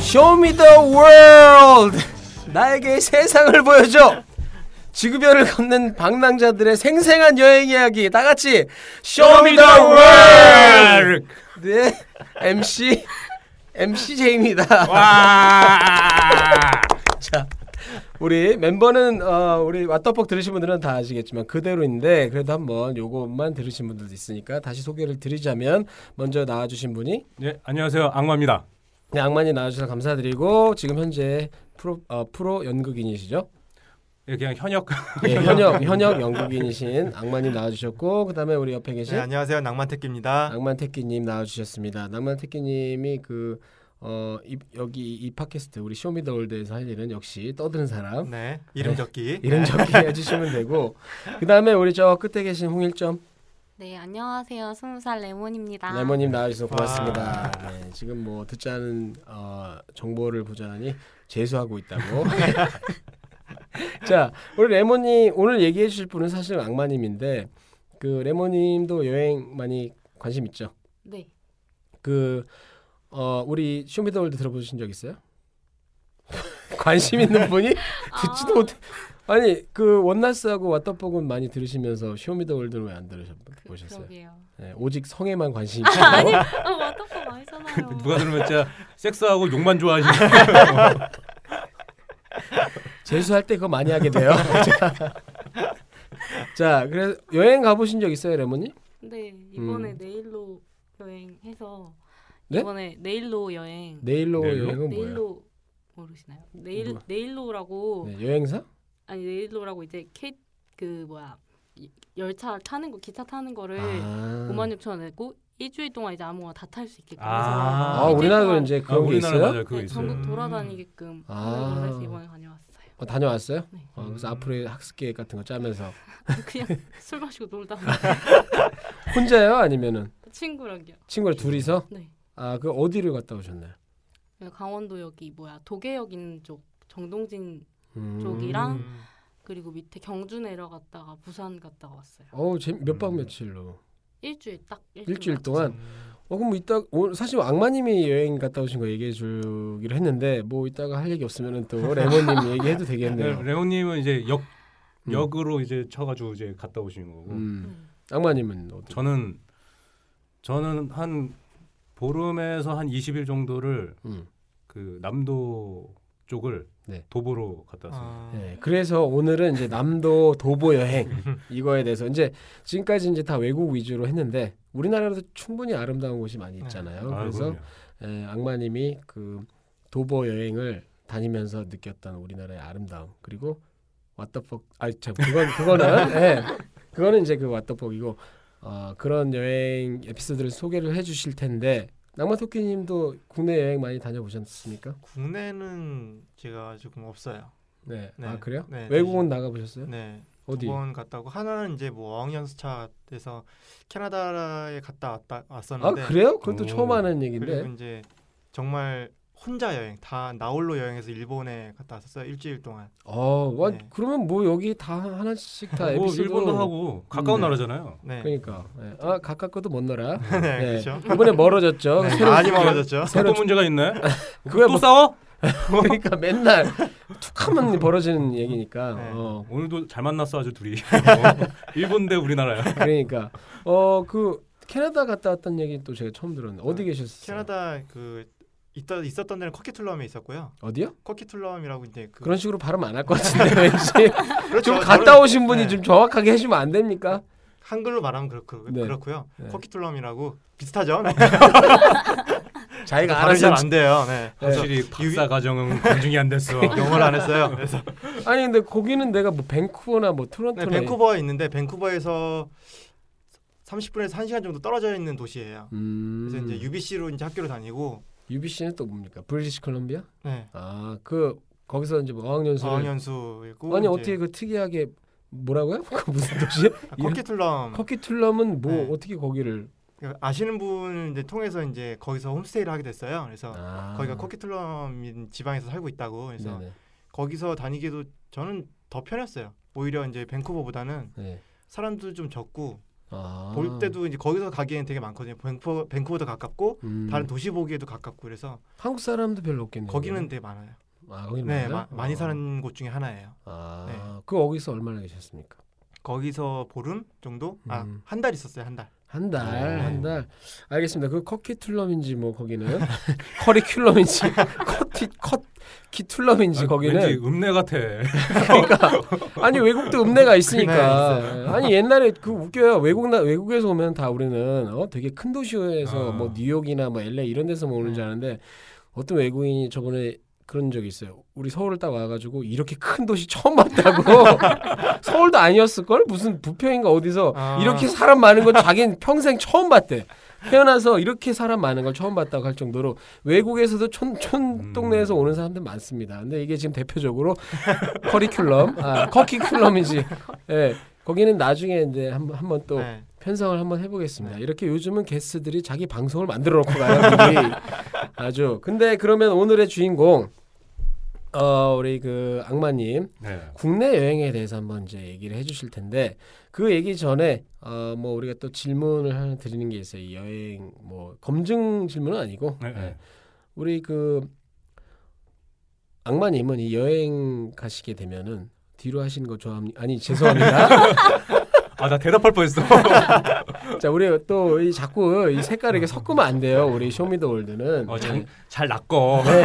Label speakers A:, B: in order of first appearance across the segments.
A: Show me the world. 나에게 세상을 보여줘. 지구별을 걷는 방랑자들의 생생한 여행 이야기 다 같이 Show me the world. 네, MC MC 제입니다.
B: 와.
A: 자, 우리 멤버는 어, 우리 왓더폭 들으신 분들은 다 아시겠지만 그대로인데 그래도 한번 요것만 들으신 분들도 있으니까 다시 소개를 드리자면 먼저 나와주신 분이
B: 네, 안녕하세요. 악마입니다.
A: 네, 악만이 나와주셔서 감사드리고 지금 현재 프로 어, 프로 연극인이시죠?
B: 예, 그냥 현역.
A: 예, 현역 현역 연극인이신 악만님 나와주셨고 그다음에 우리 옆에 계신
C: 네, 안녕하세요. 낭만태끼입니다.
A: 낭만 태끼님 나와주셨습니다. 낭만 태끼님이 그 어, 이, 여기 이 팟캐스트 우리 쇼미더월드에서 할 일은 역시 떠드는 사람
C: 네, 이름 적기.
A: 이름 적게 해주시면 되고 그 다음에 우리 저 끝에 계신 홍일점
D: 네, 안녕하세요. 스무 살 레몬입니다.
A: 레몬님 나와주셔서 고맙습니다. 네, 지금 뭐 듣지 않은 어, 정보를 보자니 재수하고 있다고. 자, 우리 레몬님 오늘 얘기해 주실 분은 사실 악마님인데 그 레몬님도 여행 많이 관심 있죠?
D: 네.
A: 그 어, 우리 쇼미더월드 들어보신 적 있어요? 관심 있는 분이
D: 아.
A: 듣지도 못해. 아니 그 원나스하고 왓더폭은 많이 들으시면서 쇼미더월드는 왜 안 들으셨어요?
D: 그러게요.
A: 네, 오직 성에만 관심
D: 아,
A: 있고
D: 아니, 아, 워터폰 아니잖아요.
B: 그 누가 들으면 진짜 섹스하고 욕만 좋아하시는.
A: 재수할 때 그거 많이 하게 돼요. 자, 그래서 여행 가보신 적 있어요, 레몬님?
D: 네, 이번에
A: 음.
D: 네일로 여행해서
A: 네?
D: 이번에 네일로 여행.
A: 네일로
B: 네일로?
A: 여행은 뭐예요?
D: 네일로 모르시나요? 네일
A: 뭐야?
D: 네일로라고
A: 네, 여행사?
D: 아니 네일로라고 이제 케 그 뭐야 이- 열차 타는 거 기차 타는 거를
A: 아,
D: 5만 6천 원 내고 일주일 동안 이제 아무거나 다 탈 수 있게끔 해서
B: 아.
A: 아
D: 일주일
A: 우리나라도
D: 동안
A: 이제
B: 아,
A: 그런 게
B: 우리나라
A: 있어요?
B: 맞아요. 그거
D: 네,
B: 있어요.
D: 전국 돌아다니게끔
A: 아.
D: 하는 거라서 이번에 다녀왔어요.
A: 어, 다녀왔어요?
D: 네.
A: 어, 그래서 앞으로 학습 계획 같은 거 짜면서
D: 그냥 술 마시고 놀다
A: 혼자요? 아니면은
D: 친구랑요.
A: 친구랑 둘이서?
D: 네.
A: 아, 그 어디를 갔다 오셨나요?
D: 강원도 여기 뭐야 도계역 있는 쪽 정동진
A: 음.
D: 저기랑?
C: 음.
D: 그리고 밑에 경주 내려갔다가 부산 갔다가 왔어요.
A: 어우, 몇 박
B: 음.
A: 며칠로?
D: 일주일 딱 일주일.
A: 일주일
D: 갔죠.
A: 동안.
C: 아,
A: 어, 그럼 뭐 이따 오늘 사실 악마님이 여행 갔다 오신 거 얘기해 주기로 했는데 뭐 이따가 할 얘기 없으면은 또 레몬님 얘기해도
B: 네,
A: 되겠네요.
B: 레오님은 이제 역
A: 음.
B: 역으로 이제 쳐가지고 이제 갔다 오신 거고.
A: 음.
D: 음.
A: 악마님은 어떻게?
B: 저는 저는 한 보름에서 한 20일 정도를
A: 음.
B: 그 남도 쪽을
A: 네.
B: 도보로 갔다 왔어요.
C: 아,
A: 네, 그래서 오늘은 이제 남도 도보 여행 이거에 대해서 이제 지금까지 이제 다 외국 위주로 했는데 우리나라도 충분히 아름다운 곳이 많이 네. 있잖아요.
B: 아,
A: 그래서
B: 그럼요.
A: 예, 악마님이 그 도보 여행을 다니면서 느꼈던 우리나라의 아름다움 그리고 왓더폭 아참 그건 그거는 예, 그거는 이제 그 왓더폭이고 어, 그런 여행 에피소드를 소개를 해주실 텐데 낭만토끼님도 국내 여행 많이 다녀보셨습니까?
C: 국내는 제가 조금 없어요.
A: 네.
C: 네.
A: 아 그래요?
C: 네,
A: 외국은 나가보셨어요?
C: 네,
A: 어디?
C: 두번 갔다 오고 하나는 이제 뭐 어학연수차 돼서 캐나다에 갔다 왔다
A: 아
C: 왔었는데
A: 그래요? 그건 또
B: 오.
A: 처음 하는
C: 그리고
A: 얘기인데.
C: 이제 정말 혼자 여행 다 나홀로 여행해서 일본에 갔다 왔었어요 일주일 동안.
A: 어, 와,
C: 네.
A: 그러면 뭐 여기 다 하나씩 다
B: 뭐
A: 아, 에피소드.
B: 일본도 하고 가까운
C: 음, 네.
B: 나라잖아요.
C: 네,
A: 그러니까. 네. 아 가깝고도 못 놀아.
C: 네,
A: 네.
C: 그렇죠.
A: 이번에 멀어졌죠.
C: 네,
A: 새로
C: 많이 멀어졌죠.
B: 새로 문제가 있네.
A: 그거야
B: 그거 또
A: 뭐-
B: 싸워?
A: 그러니까 맨날 툭하면 벌어지는 얘기니까.
C: 네.
A: 어.
B: 오늘도 잘 만났어 아주 둘이. 어, 일본 대 우리나라야.
A: 그러니까 어 그 캐나다 갔다 왔던 얘기 또 제가 처음 들었는데 어디
C: 아,
A: 계셨어요?
C: 캐나다 그 있다 있었던 데는 커키툴럼에 있었고요.
A: 어디요?
C: 커키툴럼이라고 이제 그
A: 그런 식으로 발음 안 할 것 같은데 그렇죠. 왠지
C: 그렇죠.
A: 좀
C: 저는
A: 갔다 오신 분이
C: 네.
A: 좀 정확하게 해주면 안 됩니까?
C: 한글로 말하면 그렇고,
A: 네.
C: 그렇고요.
A: 네.
C: 커키툴럼이라고 비슷하죠. 네.
A: 자기가
C: 발음
A: 알아서
C: 잘안 돼요. 네. 그래서
B: 확실히 박사 과정은 검증이 안 됐어.
C: 영어를 안 했어요.
A: 네.
C: 그래서
A: 아니 근데 거기는 내가 뭐 밴쿠버나 뭐
C: 네,
A: 토론토나
C: 밴쿠버에 있는데 밴쿠버에서 30분에서 1시간 정도 떨어져 있는 도시예요.
A: 음.
C: 그래서 이제 UBC로 이제 학교를 다니고
A: UBC는 또 뭡니까? 브리티시 콜롬비아?
C: 네.
A: 아, 그 거기서 이제 뭐 어학연수를
C: 아, 어학연수이고
A: 아니
C: 이제 아,
A: 어떻게 그 특이하게 뭐라고요? 그 무슨 도시?
C: 커키툴럼
A: 커키툴럼은 뭐
C: 음. 네.
A: 어떻게 거기를
C: 아시는 분을 이제 통해서 이제 거기서 홈스테이를 하게 됐어요. 그래서
A: 아.
C: 거기가 커키툴럼 지방에서 살고 있다고 그래서
A: 네네.
C: 거기서 다니기도 저는 더 편했어요. 오히려 이제 밴쿠버보다는
A: 네.
C: 사람도 좀 적고
A: 아.
C: 볼 때도 이제 거기서 가기에는 되게 많거든요. 밴쿠버, 밴쿠버도 가깝고
A: 음.
C: 다른 도시 보기에도 가깝고 그래서
A: 한국 사람도 별로 없겠네요.
C: 거기는 되게 많아요.
A: 아, 거기는
C: 네,
A: 많아요?
C: 마- 많이
A: 어.
C: 사는 곳 중에 하나예요.
A: 아,
C: 네.
A: 그 거기서 얼마나 계셨습니까?
C: 거기서 보름 정도? 아,
A: 음.
C: 한 달 있었어요, 한 달.
A: 한 달,
B: 네.
A: 한 달. 알겠습니다. 그 커키툴럼인지 뭐 거기는 커리큘럼인지 커티 커키툴럼인지
B: 아,
A: 거기는
B: 왠지 읍내 같아.
A: 아니 외국도 음내가 있으니까
C: 네, 있어요.
A: 아니 옛날에 그 웃겨요 외국 나 외국에서 오면 다 우리는 어 되게 큰 도시에서
B: 아.
A: 뭐 뉴욕이나 뭐 LA 이런 데서 뭐
C: 네.
A: 오는 줄 아는데 어떤 외국인이 저번에 그런 적이 있어요 우리 서울을 딱 와가지고 이렇게 큰 도시 처음 봤다고 서울도 아니었을 걸 무슨 부평인가 어디서
C: 아.
A: 이렇게 사람 많은 건 자기는 평생 처음 봤대 태어나서 이렇게 사람 많은 걸 처음 봤다고 할 정도로 외국에서도 촌, 촌
B: 음.
A: 동네에서 오는 사람들 많습니다. 근데 이게 지금 대표적으로 커리큘럼, 아, 커키큘럼이지. 예. 거기는 나중에 이제 한번 한번 또
C: 네.
A: 편성을 한번 해보겠습니다.
C: 네.
A: 이렇게 요즘은 게스트들이 자기 방송을 만들어 놓고 가요. 우리. 아주. 근데 그러면 오늘의 주인공 어 우리 그 악마님
B: 네.
A: 국내 여행에 대해서 한번 이제 얘기를 해주실 텐데 그 얘기 전에 어 뭐 우리가 또 질문을 하나 드리는 게 있어요. 이 여행 뭐 검증 질문은 아니고
B: 네.
A: 예.
B: 네.
A: 우리 그 악마님은 이 여행 가시게 되면은 뒤로 하시는 거 좋아합니다. 아니 죄송합니다.
B: 아, 나 대답할 뻔했어.
A: 자 우리 또 이 자꾸 이 색깔 이렇게 섞으면 안 돼요. 우리 쇼미더월드는
B: 어, 잘, 잘 낚어.
A: 네.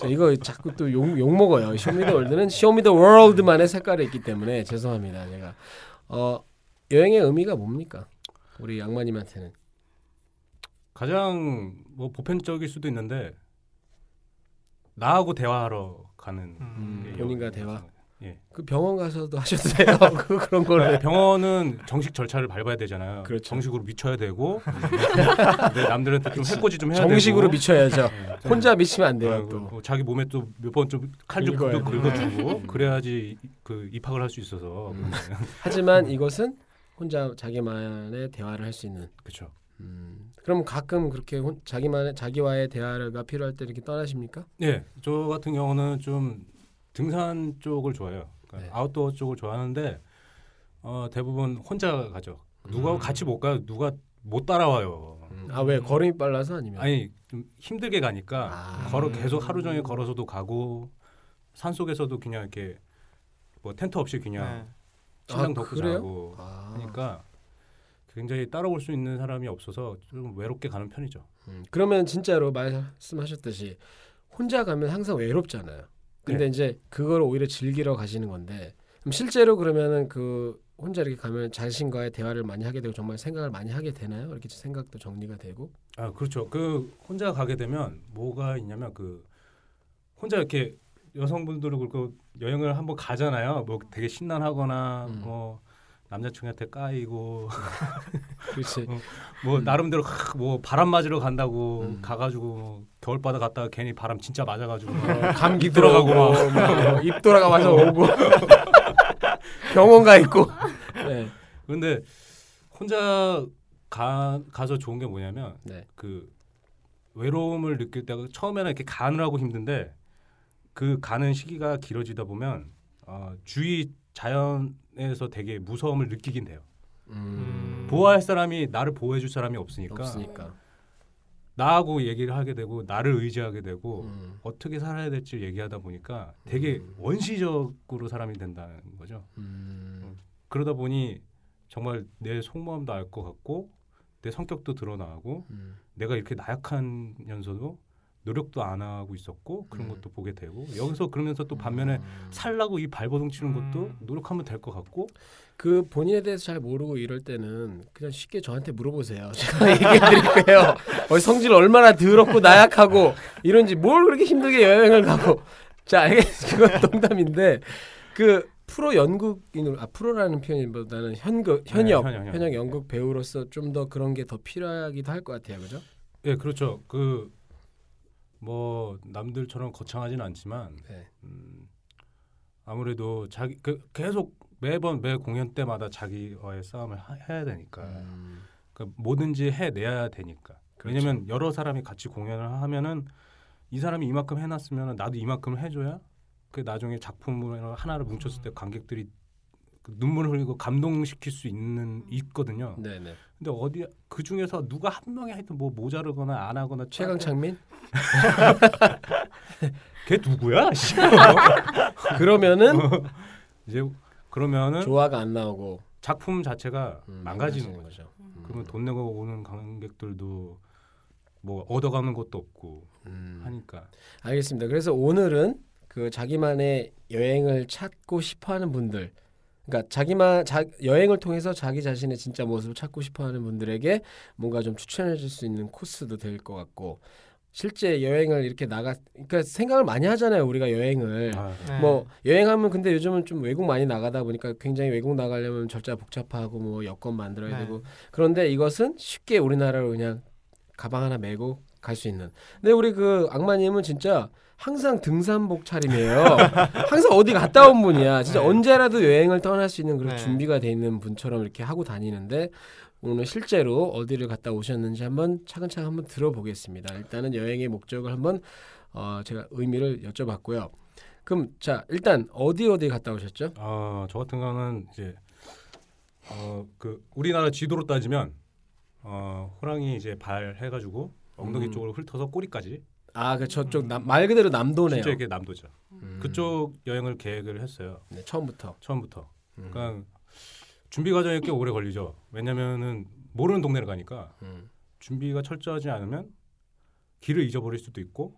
A: 자, 이거 자꾸 또 욕 먹어요. 쇼미더월드는 쇼미더월드만의 색깔이 있기 때문에 죄송합니다. 제가 어 여행의 의미가 뭡니까? 우리 악마님한테는
B: 가장 뭐 보편적일 수도 있는데 나하고 대화하러 가는
C: 음.
B: 게
A: 본인과
B: 여행이라서.
A: 대화?
B: 예.
A: 그 병원 가서도 하셔도 돼요. 그 그런 거를
B: 병원은 정식 절차를 밟아야 되잖아요.
A: 그렇죠.
B: 정식으로 미쳐야 되고 근데 남들한테 좀 네. 해코지 좀 해야
A: 정식으로
B: 되고.
A: 미쳐야죠.
B: 예.
A: 혼자 미치면 안 돼요.
B: 아이고,
A: 네, 또
B: 어, 자기 몸에 또 몇 번 좀 칼좀
A: 긁어야
B: 긁어
A: 돼.
B: 긁어주고
A: 음.
B: 그래야지 그 입학을 할 수 있어서
A: 음. 하지만 이것은 혼자 자기만의 대화를 할 수 있는.
B: 그렇죠.
A: 음, 그럼 가끔 그렇게 혼, 자기만의 자기와의 대화가 필요할 때 이렇게 떠나십니까?
B: 예, 저 같은 경우는 좀 등산 쪽을 좋아해요. 그러니까
A: 네.
B: 아웃도어 쪽을 좋아하는데 어, 대부분 혼자 가죠. 누가
A: 음.
B: 같이 못 가요. 누가 못 따라와요.
A: 아 왜 걸음이 빨라서 아니면?
B: 아니 좀 힘들게 가니까
A: 아.
B: 걸어 계속 하루 종일 걸어서도 가고 산 속에서도 그냥 이렇게 뭐 텐트 없이 그냥
C: 네.
B: 침낭
A: 아,
B: 덮고
A: 그래요?
B: 자고
A: 아,
B: 그러니까 굉장히 따라올 수 있는 사람이 없어서 좀 외롭게 가는 편이죠.
A: 음, 그러면 진짜로 말씀하셨듯이 혼자 가면 항상 외롭잖아요. 근데 이제 그걸 오히려 즐기러 가시는 건데 그럼 실제로 그러면은 그 혼자 이렇게 가면 자신과의 대화를 많이 하게 되고 정말 생각을 많이 하게 되나요? 이렇게 생각도 정리가 되고
B: 아 그렇죠. 그 혼자 가게 되면 뭐가 있냐면 그 혼자 이렇게 여성분들은 그렇고 여행을 한번 가잖아요. 뭐 되게 신난하거나
A: 음.
B: 뭐 남자친구한테 까이고
A: 그렇지.
B: 뭐
A: 음.
B: 나름대로 하, 뭐 바람 맞으러 간다고
A: 음.
B: 가가지고 겨울바다 갔다가 괜히 바람 진짜 맞아가지고
A: 어, 감기
B: 입 돌아가고
A: 들어오고, 막입 돌아가 와서 오고 병원 가 있고 네.
B: 근데 혼자 가 가서 좋은 게 뭐냐면
A: 네.
B: 그 외로움을 느낄 때가 처음에는 이렇게 가느라고 힘든데 그 가는 시기가 길어지다 보면 어, 주위 자연에서 되게 무서움을 느끼긴 돼요.
A: 음,
B: 보호할 사람이 나를 보호해줄 사람이 없으니까
A: 없으니까
B: 나하고 얘기를 하게 되고 나를 의지하게 되고
A: 음,
B: 어떻게 살아야 될지 얘기하다 보니까 되게
A: 음.
B: 원시적으로 사람이 된다는 거죠.
A: 음,
B: 그러다 보니 정말 내 속마음도 알 것 같고 내 성격도 드러나고
A: 음.
B: 내가 이렇게 나약한면서도 노력도 안 하고 있었고 그런
A: 음.
B: 것도 보게 되고 여기서 그러면서 또 반면에 살라고 이 발버둥 치는 것도
C: 음.
B: 노력하면 될 것 같고
A: 그 본인에 대해서 잘 모르고 이럴 때는 그냥 쉽게 저한테 물어보세요. 제가 얘기해 드릴게요. 어, 성질 얼마나 더럽고 나약하고 이런지 뭘 그렇게 힘들게 여행을 가고 자 이게 그건 농담인데 그 프로 연극인으로 아 프로라는 표현보다는 현극 현역
B: 네, 현역, 현역.
A: 현역 연극 배우로서 좀 더 그런 게 더 필요하기도 할 것 같아요, 그죠?
B: 예 그렇죠 그 뭐 남들처럼 거창하진 않지만
A: 네.
B: 음, 아무래도 자기 그 계속 매번 매 공연 때마다 자기와의 싸움을 하- 해야 되니까
A: 음,
B: 그 뭐든지 해내야 되니까
A: 그렇죠.
B: 왜냐면 여러 사람이 같이 공연을 하면은 이 사람이 이만큼
A: 음.
B: 해놨으면 나도 이만큼 해줘야 그 나중에 작품으로 하나를 뭉쳤을 때 관객들이 그 눈물 흘리고 감동시킬 수
A: 음.
B: 있는 있거든요.
A: 네네.
B: 근데 어디 그 중에서 누가 한 명이 하여튼 뭐 모자르거나 안 하거나
A: 최강창민?
B: 걔 누구야? 씨.
A: 그러면은
B: 이제 그러면은
A: 조화가 안 나오고
B: 작품 자체가
A: 음,
B: 망가지는 거죠.
A: 음.
B: 그러면 돈 내고 오는 관객들도 뭐 얻어가는 것도 없고
A: 음.
B: 하니까
A: 알겠습니다. 그래서 오늘은 그 자기만의 여행을 찾고 싶어하는 분들, 그러니까 자기만 자, 여행을 통해서 자기 자신의 진짜 모습을 찾고 싶어하는 분들에게 뭔가 좀 추천해줄 수 있는 코스도 될 것 같고 실제 여행을 이렇게 나가, 그러니까 생각을 많이 하잖아요. 우리가 여행을
B: 아,
C: 네.
A: 뭐 여행하면 근데 요즘은 좀 외국 많이 나가다 보니까 굉장히 외국 나가려면 절차 복잡하고 뭐 여권 만들어야
C: 네.
A: 되고 그런데 이것은 쉽게 우리나라로 그냥 가방 하나 메고 갈 수 있는. 근데 우리 그 악마님은 진짜 항상 등산복 차림이에요. 항상 어디 갔다 온 분이야. 진짜
C: 네.
A: 언제라도 여행을 떠날 수 있는 그런
C: 네.
A: 준비가 돼 있는 분처럼 이렇게 하고 다니는데 오늘 실제로 어디를 갔다 오셨는지 한번 차근차근 한번 들어보겠습니다. 일단은 여행의 목적을 한번 어, 제가 의미를 여쭤봤고요. 그럼 자 일단 어디 어디 갔다 오셨죠?
B: 아, 저 같은 경우는 이제 어, 그 우리나라 지도로 따지면 어, 호랑이 이제 발 해가지고 엉덩이
A: 음.
B: 쪽으로 훑어서 꼬리까지
A: 아 그 저쪽
C: 음.
A: 남- 말 그대로 남도네요.
B: 진짜 이게 남도죠.
A: 음.
B: 그쪽 여행을 계획을 했어요.
A: 네, 처음부터.
B: 처음부터.
A: 음.
B: 그러니까 준비 과정이 꽤 오래 걸리죠. 왜냐면은 모르는 동네를 가니까
A: 음.
B: 준비가 철저하지 않으면 길을 잊어버릴 수도 있고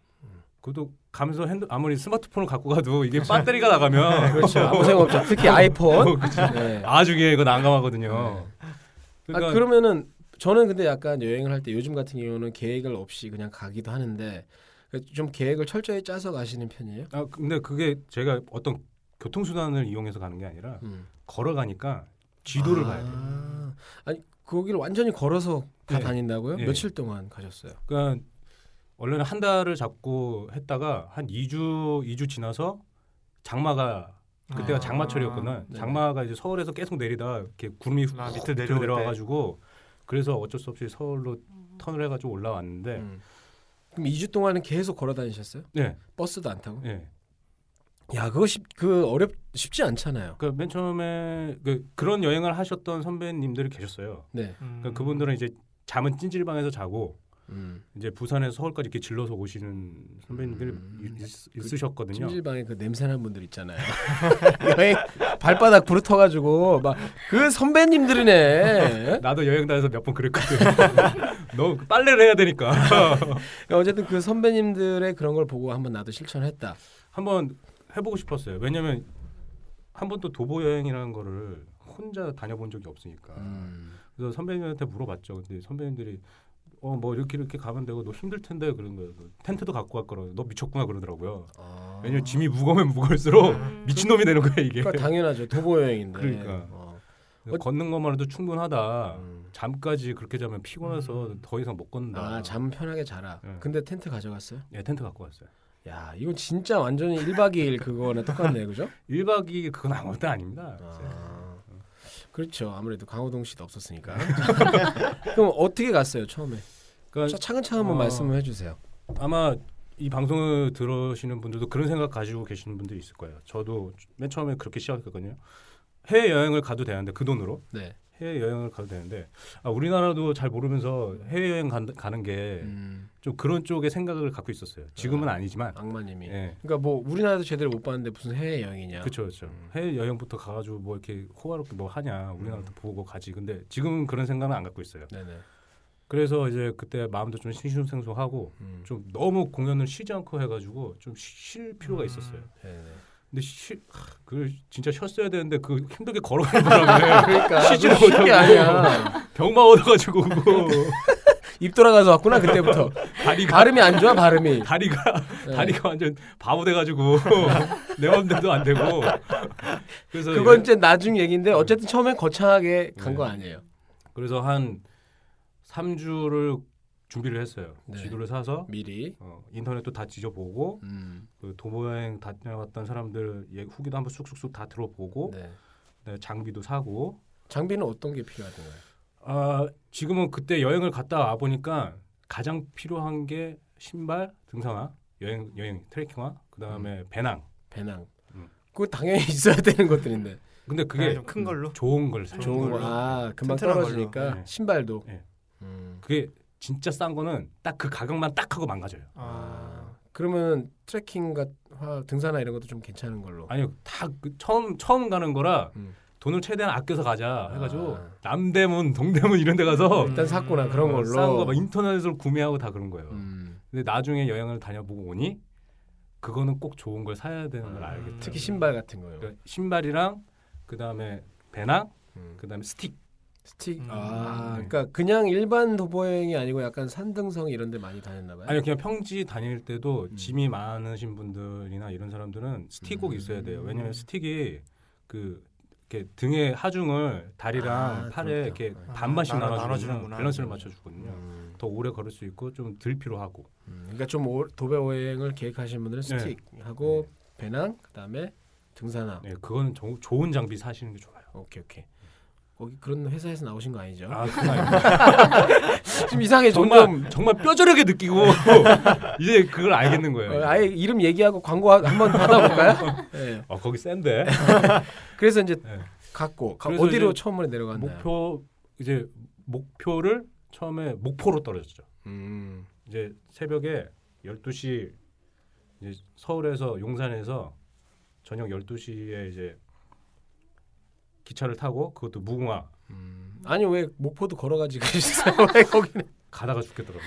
B: 그것도 가면서 핸드 아무리 스마트폰을 갖고 가도 이게 배터리가 나가면
A: 그렇죠. 아무 생각 없죠. 특히 아이폰. 네.
B: 나중에 이거 난감하거든요. 그러니까
A: 아 네. 그러면은 저는 근데 약간 여행을 할 때 요즘 같은 경우는 계획을 없이 그냥 가기도 하는데 그러니까 좀 계획을 철저히 짜서 가시는 편이에요?
B: 아 근데 그게 제가 어떤 교통수단을 이용해서 가는 게 아니라
A: 음.
B: 걸어가니까 지도를
A: 아.
B: 봐야 돼요.
A: 아니 거기를 완전히 걸어서 다
B: 네.
A: 다닌다고요?
B: 네.
A: 며칠 동안 가셨어요?
B: 그러니까 원래는 한 달을 잡고 했다가 한 2주 2주 지나서 장마가 그때가
C: 아.
B: 장마철이었거나
A: 네.
B: 장마가 이제 서울에서 계속 내리다 이렇게 구름이
C: 아, 밑으로
B: 밑으로
C: 내려올
B: 내려와가지고 그래서 어쩔 수 없이 서울로 턴을 해가지고 올라왔는데
A: 음. 그럼 2주 동안은 계속 걸어 다니셨어요?
B: 네,
A: 버스도 안 타고?
B: 네.
A: 야 그거 쉽, 그 어렵 쉽지 않잖아요.
B: 그러니까 맨 처음에 그, 그런 여행을 하셨던 선배님들이 계셨어요.
A: 네.
C: 음.
B: 그러니까 그분들은 이제 잠은 찜질방에서 자고
A: 음.
B: 이제 부산에서 서울까지 이렇게 질러서 오시는 선배님들이
A: 음.
B: 있, 있으셨거든요.
A: 찜질방에 그 냄새나는 분들 있잖아요. 여행 발바닥 부르터가지고 막 그 선배님들이네.
B: 나도 여행 다녀서 몇 번 그랬거든. 너무 빨래를 해야 되니까.
A: 어쨌든 그 선배님들의 그런 걸 보고 한번 나도 실천했다.
B: 한번 해보고 싶었어요. 왜냐면 한 번도 도보 여행이라는 거를 혼자 다녀본 적이 없으니까.
A: 음.
B: 그래서 선배님한테 물어봤죠. 근데 선배님들이 어 뭐 이렇게 이렇게 가면 되고 너 힘들 텐데 그런 거예요. 너 텐트도 갖고 갈 거라고 너 미쳤구나 그러더라고요.
A: 아.
B: 왜냐면 짐이 무거우면 무거울수록
C: 음.
B: 미친 놈이 되는 거야 이게.
A: 그러니까 당연하죠. 도보 여행인데.
B: 그러니까. 아.
A: 어.
B: 그래서 걷는 것만해도 충분하다.
A: 음.
B: 잠까지 그렇게 자면 피곤해서 더 이상 못 걷는다.
A: 아, 잠 편하게 자라.
B: 네.
A: 근데 텐트 가져갔어요?
B: 예, 텐트 갖고 왔어요.
A: 야, 이건 진짜 완전히 1박 2일 그거나 똑같네. 그죠?
B: 1박 2일 그건 아무것도 아닙니다. 네.
A: 아, 그렇죠. 아무래도 강호동 씨도 없었으니까. 그럼 어떻게 갔어요 처음에?
B: 그러니까
A: 차- 차근차근 한번
B: 어.
A: 말씀을 해주세요.
B: 아마 이 방송을 들으시는 분들도 그런 생각 가지고 계시는 분들이 있을 거예요. 저도 맨 처음에 그렇게 시작했거든요. 해외 여행을 가도 되는데 그 돈으로
A: 네.
B: 해외 여행을 가도 되는데 아, 우리나라도 잘 모르면서 해외 여행 간- 가는 게
A: 음,
B: 좀 그런 쪽의 생각을 갖고 있었어요. 지금은 아니지만
A: 악마님이.
B: 예.
A: 그러니까 뭐 우리나라도 제대로 못 봤는데 무슨 해외 여행이냐.
B: 그렇죠, 그렇죠.
A: 음.
B: 해외 여행부터 가가지고 뭐 이렇게 호화롭게 뭐 하냐, 우리나라도 보고 가지. 근데 지금은 그런 생각은 안 갖고 있어요.
A: 네네.
B: 그래서 이제 그때 마음도 좀 싱숭생숭하고
A: 음,
B: 좀 너무 공연을 쉬지 않고 해가지고 좀 쉴 필요가 있었어요.
A: 네네.
B: 근데 쉬, 하, 그 진짜 쉬었어야 되는데 그 힘들게 걸어가는 바람에
A: 그러니까
B: 쉬지를
A: 그거 쉬운 게
B: 못하고.
A: 아니야.
B: 병만 얻어가지고 오고
A: 입 돌아가서 왔구나 그때부터.
B: 다리가
A: 발음이 안 좋아 발음이.
B: 다리가
A: 네.
B: 다리가 완전 바보 돼가지고 내 맘대로 안 되고 그래서
A: 그건
B: 이제-
A: 이제 나중 얘기인데 어쨌든 처음엔 거창하게 간 거
B: 네.
A: 아니에요.
B: 그래서 한 3주를 준비를 했어요.
A: 네.
B: 지도를 사서
A: 미리.
B: 어, 인터넷도 다 뒤져보고
A: 음.
B: 그 도보여행 다녀왔던 사람들 얘- 후기도 한번 쑥쑥쑥 다 들어보고
A: 네.
B: 네, 장비도 사고
A: 장비는 어떤 게 필요하던가요?
B: 아 지금은 그때 여행을 갔다 와 보니까 가장 필요한 게 신발, 등산화, 여행 여행 트레킹화, 그다음에 배낭.
A: 배낭.
B: 음.
A: 그거 당연히 있어야 되는 것들인데.
B: 근데 그게
C: 좀 큰 걸로.
B: 좋은 걸 사는
A: 좋은
B: 걸로.
A: 거. 아 금방
C: 튼튼한 걸로.
A: 떨어지니까
B: 네.
A: 신발도.
B: 네.
A: 음.
B: 그게 진짜 싼 거는 딱 그 가격만 딱 하고 망가져요.
C: 아,
A: 그러면 트레킹과 등산화 이런 것도 좀 괜찮은 걸로.
B: 아니요, 다그 처음 처음 가는 거라
A: 음.
B: 돈을 최대한 아껴서 가자 해가지고
A: 아. 음.
B: 남대문, 동대문 이런 데 가서
A: 일단 샀구나 그런 걸로.
B: 어. 뭐 싼거막 인터넷으로 구매하고 다 그런 거예요.
A: 음.
B: 근데 나중에 여행을 다녀보고 오니 그거는 꼭 좋은 걸 사야 되는 걸
A: 아,
B: 알겠죠.
A: 특히 신발 같은 거요.
B: 그러니까 신발이랑 그 다음에 배낭,
A: 음.
B: 그 다음에 스틱.
A: 스틱.
C: 음.
A: 아,
B: 네.
A: 그러니까 그냥 일반 도보 여행이 아니고 약간 산등성 이런 데 많이 다녔나 봐요.
B: 아니요 그냥 평지 다닐 때도
A: 음.
B: 짐이 많으신 분들이나 이런 사람들은 스틱 꼭 있어야 돼요.
A: 음.
B: 왜냐하면 스틱이 그 이렇게 등의 하중을 다리랑
A: 아,
B: 팔에
A: 그렇죠.
B: 이렇게
A: 아,
B: 반반씩
C: 나눠-
B: 나눠주면
C: 나눠주는구나.
B: 밸런스를 맞춰주거든요.
A: 음.
B: 더 오래 걸을 수 있고 좀 덜 피로하고.
A: 음, 그러니까 좀 오- 도보 여행을 계획하시는 분들은
B: 네.
A: 스틱하고 배낭 그다음에 등산화.
B: 네, 그거는 조- 좋은 장비 사시는 게 좋아요.
A: 오케이 오케이. 거기 그런 회사에서 나오신 거 아니죠?
B: 아, 그건 아니에요.
A: 좀 이상해 점점.
B: 정말 정말 뼈저리게 느끼고 이제 그걸 알겠는 거예요.
A: 어, 아예 이름 얘기하고 광고 하- 한번 받아볼까요? 네.
B: 어, 거기 센데
A: 그래서 이제
B: 네.
A: 갔고 가-
B: 그래서
A: 어디로
B: 이제
A: 처음으로 내려갔나요?
B: 목표 이제 목표를 처음에 목포로 떨어졌죠.
A: 음.
B: 이제 새벽에 12시 이제 서울에서 용산에서 저녁 12시에 이제 기차를 타고 그것도 무궁화
A: 음. 아니 왜 목포도 걸어가지 그랬어요? 왜 거기는
B: 가다가 죽겠더라고요.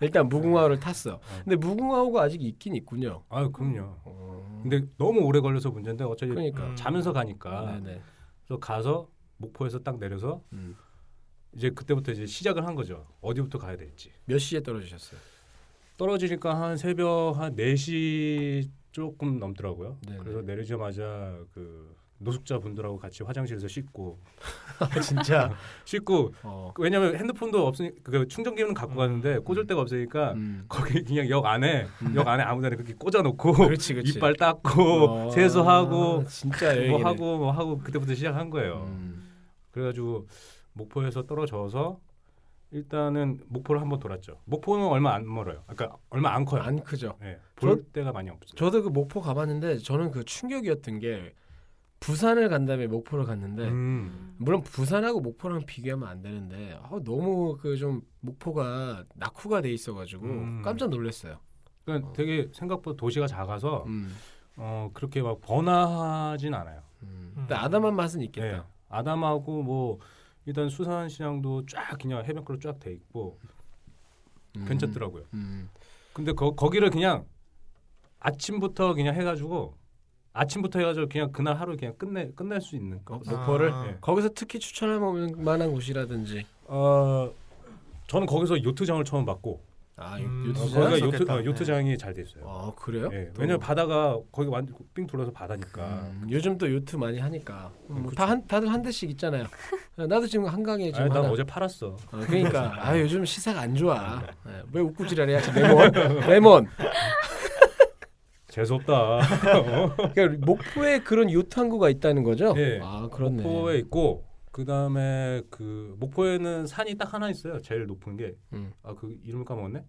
A: 일단 무궁화호를 탔어. 근데 무궁화호가 아직 있긴 있군요.
B: 아 그럼요.
A: 어.
B: 근데 너무 오래 걸려서 문제인데 어차피
A: 그러니까.
C: 음.
B: 자면서 가니까
A: 네네.
B: 그래서 가서 목포에서 딱 내려서
A: 음.
B: 이제 그때부터 이제 시작을 한 거죠. 어디부터 가야 될지.
A: 몇 시에 떨어지셨어요?
B: 떨어지니까 한 새벽 한 4시 조금 넘더라고요.
A: 네네.
B: 그래서 내리자마자 그 노숙자 분들하고 같이 화장실에서 씻고 아,
C: 진짜.
B: 씻고
A: 어.
B: 왜냐면 핸드폰도 없으니 그 충전기는 갖고 가는데 꽂을 데가 없으니까
A: 음.
B: 거기 그냥 역 안에
A: 음.
B: 역 안에 아무데나 그렇게 꽂아놓고
A: 그렇지 그렇지.
B: 어, 이빨 닦고
A: 어,
B: 세수하고
A: 진짜 여행이네.
B: 뭐 하고 뭐 하고 그때부터 시작한 거예요.
A: 음.
B: 그래가지고 목포에서 떨어져서 일단은 목포를 한번 돌았죠. 목포는 얼마 안 멀어요. 그러니까 얼마 안 커요.
A: 안 크죠.
B: 예, 볼 데가 많이 없어요.
A: 아, 저도 그 목포 가봤는데 저는 그 충격이었던 게 부산을 간 다음에 목포를 갔는데
B: 음.
A: 물론 부산하고 목포랑 비교하면 안 되는데 아, 너무 그 좀 목포가 낙후가 돼 있어가지고
B: 음.
A: 깜짝 놀랐어요.
B: 그러니까 되게 생각보다 도시가 작아서
A: 음.
B: 어, 그렇게 막 번화하진 않아요.
A: 음. 근데 아담한 맛은 있겠다.
B: 예, 아담하고 뭐 일단 수산시장도 쫙 그냥 해변가로 쫙 돼 있고
A: 음.
B: 네. 괜찮더라고요.
A: 음.
B: 근데 거, 거기를 그냥 아침부터 그냥 해가지고 아침부터 해가지고 그냥 그날 하루 그냥 끝내 끝낼 수 있는 거.
A: 목포를?
C: 아.
B: 예.
A: 거기서 특히 추천할 뭐 만한 곳이라든지
B: 어 저는 거기서 요트장을 처음 봤고
A: 아
C: 음.
A: 요트 네.
B: 어,
C: 요트장?
B: 거기가 요트
C: 좋겠다.
B: 어, 요트장이 잘 돼 있어요.
A: 아 그래요?
B: 예,
A: 또-
B: 왜냐면 바다가 거기 완전 빙 돌아서 바다니까.
A: 음, 요즘 또 요트 많이 하니까 뭐
B: 그쵸.
A: 다 한, 다들 한 대씩 있잖아요. 어, 나도 지금 한강에 지금
B: 아니, 난
A: 하나.
B: 어제 팔았어.
A: 어, 그러니까 아 요즘 시세가 안 좋아.
B: 음.
A: 예, 왜 웃고 지랄이야? 지금 레몬, 레몬.
B: 재수
A: 아,
B: 없다.
A: 그러니까 목포에 그런 요트 항구가 있다는 거죠?
B: 예.
A: 아 그렇네.
B: 목포에 있고 그 다음에 그 목포에는 산이 딱 하나 있어요. 제일 높은
A: 음.
B: 게아그 이름을 까먹었네.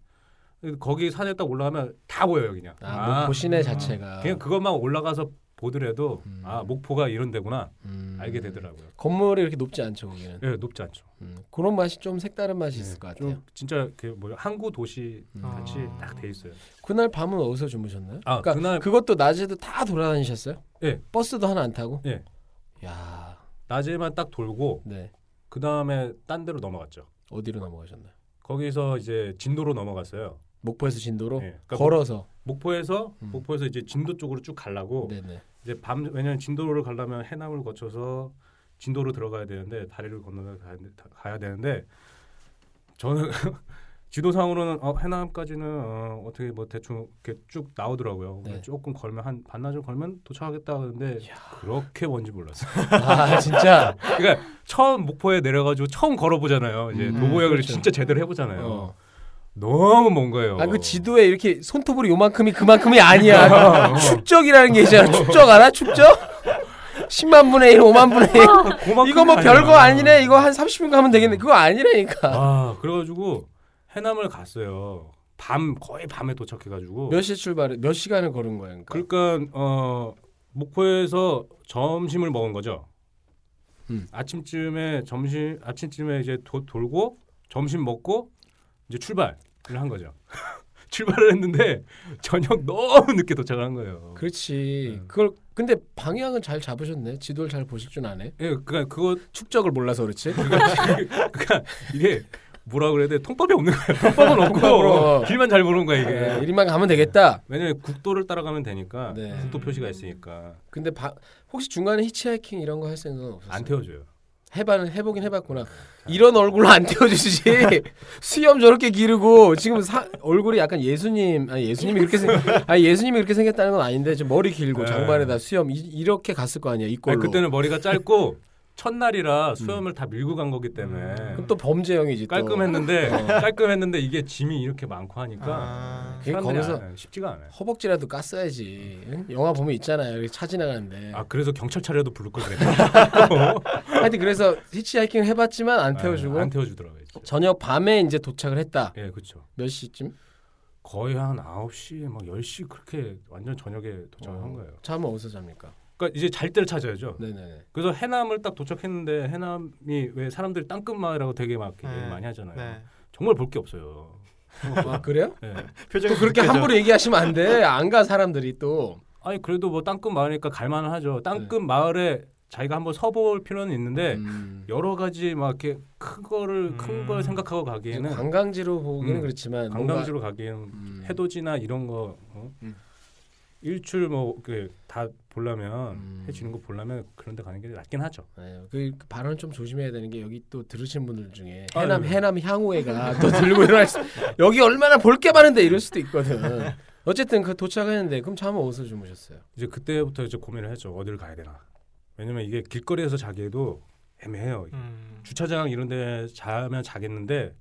B: 거기 산에 딱 올라가면 다 보여요 그냥.
A: 아, 목포 시내 자체가
B: 음. 그냥 그것만 올라가서 보더라도
A: 음.
B: 아 목포가 이런 데구나
A: 음.
B: 알게 되더라고요.
A: 건물이 이렇게 높지 않죠 거기는.
B: 예, 높지 않죠.
A: 음, 그런 맛이 좀 색다른 맛이 있을
B: 예,
A: 것 같아요.
B: 좀 진짜 그뭐 항구 도시
A: 음.
B: 같이
C: 아.
B: 딱 돼 있어요.
A: 그날 밤은 어디서 주무셨나요?
B: 아,
A: 그러니까
B: 그날-
A: 그것도 낮에도 다 돌아다니셨어요?
B: 예.
A: 버스도 하나 안 타고?
B: 예.
A: 야,
B: 낮에만 딱 돌고
A: 네.
B: 그 다음에 딴 데로 넘어갔죠.
A: 어디로 넘어가셨나요?
B: 거기서 이제 진도로 넘어갔어요.
A: 목포에서 진도로
B: 예, 그러니까
A: 걸어서.
B: 목포에서
A: 음.
B: 목포에서 이제 진도 쪽으로 쭉 가려고
A: 네네.
B: 이제 밤 왜냐면 진도를 가려면 해남을 거쳐서 진도로 들어가야 되는데 다리를 건너서 가야, 되- 다- 가야 되는데 저는 지도상으로는 어, 해남까지는 어, 어떻게 뭐 대충 이렇게 쭉 나오더라고요.
A: 네.
B: 조금 걸면 한 반나절 걸면 도착하겠다 하는데 그렇게 먼지 몰랐어요.
A: 아 진짜.
B: 그러니까 처음 목포에 내려가지고 처음 걸어보잖아요. 이제
A: 음,
B: 도보역을
A: 그렇죠.
B: 진짜 제대로 해보잖아요.
A: 어.
B: 너무 먼 거예요.
A: 아그 지도에 이렇게 손톱으로 요만큼이 그만큼이
B: 어.
A: 아니야. 축적이라는 게 있잖아. 축적 알아? 축적? 10만 분의 1, 5만 분의 1.
B: 그만큼이
A: 이거 뭐
B: 아니야.
A: 별거 아니네. 이거 한 30분 가면 되겠네. 그거 아니라니까.
B: 아 그래가지고 해남을 갔어요. 밤 거의 밤에 도착해가지고
A: 몇 시에 출발해? 몇 시간을 걸은 거야? 그러니까.
B: 그러니까 어 목포에서 점심을 먹은 거죠.
A: 음.
B: 아침쯤에 점심 아침쯤에 이제 도- 돌고 점심 먹고 이제 출발을 한 거죠. 출발을 했는데 저녁 너무 늦게 도착을 한 거예요.
A: 그렇지.
B: 음.
A: 그걸 근데 방향은 잘 잡으셨네. 지도를 잘 보실 줄 아네.
B: 예, 그니까 그거
A: 축적을 몰라서 그렇지.
B: 그러니까 이게 뭐라 그래야 돼? 통법이 없는 거예요. 통법은 없고
A: 통법으로.
B: 길만 잘 모르는 거야
A: 예,
B: 이게.
A: 이리만 가면 되겠다.
B: 왜냐면 국도를 따라가면 되니까
A: 네.
B: 국도 표시가 있으니까
A: 근데 바- 혹시 중간에 히치하이킹 이런 거 할 생각은 없었어요?
B: 안 태워줘요.
A: 해봐는 해보긴 해봤구나. 이런 얼굴로 안 태워주시지. 수염 저렇게 기르고 지금 사- 얼굴이 약간 예수님 아니 예수님이 그렇게 생, 아니 예수님이 그렇게 생겼다는 건 아닌데 좀 머리 길고
B: 네.
A: 장발에다 수염 이, 렇게 갔을 거 아니야 이꼴로. 음.
B: 아니, 그때는 머리가 짧고 첫날이라 수염을 다 밀고 간 거기 때문에
A: 그럼 또 범죄형이지. 또.
B: 깔끔했는데
A: 음. 어.
B: 깔끔했는데 이게 짐이 이렇게 많고 하니까
C: 아,
A: 그게
B: 사람들이
A: 거기서
B: 안- 쉽지가 않아요.
A: 허벅지라도 깠어야지. 응? 영화 보면 있잖아요. 이렇게 차 지나가는데.
B: 아 그래서 경찰차라도 부를 걸 그랬네.
A: 하여튼 그래서 히치하이킹 해봤지만 안 태워주고
B: 아, 안 태워주더라고요. 진짜.
A: 저녁 밤에 이제 도착을 했다.
B: 예, 그렇죠.
A: 몇 시쯤?
B: 거의 한 9시 막 10시 그렇게 완전 저녁에 도착한
A: 어.
B: 거예요.
A: 잠은 어디서 잡니까?
B: 그러니까 이제 잘 때를 찾아야죠.
A: 네네네.
B: 그래서 해남을 딱 도착했는데 해남이 왜 사람들이 땅끝마을이라고 되게 막
C: 네.
B: 얘기 많이 하잖아요.
C: 네.
B: 정말 볼 게 없어요.
A: 아 그래요?
B: 예.
C: 표정이
A: 또 그렇게
C: 느껴져.
A: 함부로 얘기하시면 안 돼. 안 가 사람들이 또.
B: 아니 그래도 뭐 땅끝 마을이니까 갈만은 하죠.
C: 네.
B: 땅끝 마을에 자기가 한번 서볼 필요는 있는데
A: 음.
B: 여러 가지 막 이렇게 큰 거를 큰
C: 음.
B: 걸 생각하고
A: 이제
B: 가기에는
A: 관광지로 보기는
B: 음.
A: 그렇지만 뭔가-
B: 관광지로 가기에는
A: 음.
B: 해돋이나 이런 거 어?
C: 음.
B: 일출 뭐다 보려면
A: 음.
B: 해지는 거 보려면 그런 데 가는 게 낫긴 하죠.
A: 네, 그 발언 좀 조심해야 되는 게 여기 또 들으신 분들 중에
B: 아,
A: 해남
B: 네.
A: 해남 향후회가 또 들고 일어날 수 여기 얼마나 볼 게 많은데 이럴 수도 있거든. 어쨌든 그 도착했는데 그럼 잠은 어디서 주무셨어요?
B: 이제 그때부터 이제 고민을 했죠. 어디를 가야 되나. 왜냐면 이게 길거리에서 자기도 애매해요.
C: 음.
B: 주차장 이런 데 자면 자겠는데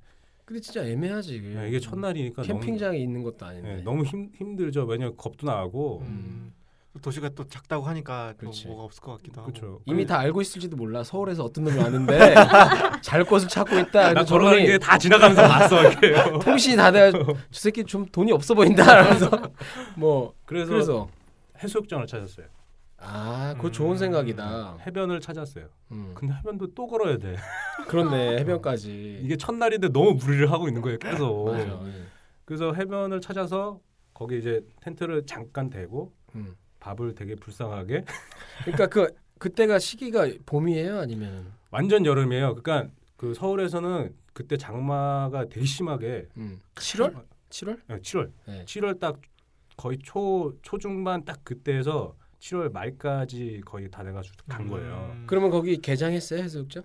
A: 근데 진짜 애매하지 이게.
B: 네, 이게 첫날이니까
A: 캠핑장이 있는 것도
B: 너무,
A: 아닌데.
B: 예, 너무 힘, 힘들죠. 왜냐면 겁도 나고
C: 음. 또 도시가 또 작다고 하니까 또
A: 그렇지.
C: 뭐가 없을 것 같기도 하고.
B: 그렇죠.
A: 음. 이미
B: 그-
A: 다 알고 있을지도 몰라. 서울에서 어떤 놈이 왔는데 잘 곳을 찾고 있다.
B: 아, 나
A: 근데
B: 걸어가는
A: 저놈이
B: 게 다 지나가면서 봤어. 이렇게.
A: 통신이 다 돼가 저 새끼 좀 돈이 없어 보인다. 그래서 뭐
B: 그래서, 음.
A: 그래서
B: 해수욕장을 찾았어요.
A: 아, 그거
C: 음.
A: 좋은 생각이다.
B: 해변을 찾았어요.
A: 아. 음.
B: 근데 해변도 또 걸어야 돼.
A: 그렇네 해변까지.
B: 이게 첫날인데 너무 무리를 하고 있는 거예요. 계속.
A: 예. 맞아. 예.
B: 그래서 해변을 찾아서 거기 이제 텐트를 잠깐 대고
A: 음.
B: 밥을 되게 불쌍하게
A: 그러니까 그 그때가 시기가 봄이에요 아니면
B: 완전 여름이에요. 그러니까 그 서울에서는 그때 장마가 되게 심하게
A: 음. 7월? 7월?
B: 네, 7월
A: 네.
B: 7월 딱 거의 초 초중반 딱 그때에서 7월 말까지 거의 다 내가 간 거예요.
C: 음.
A: 그러면 거기 개장했어요 해수욕장?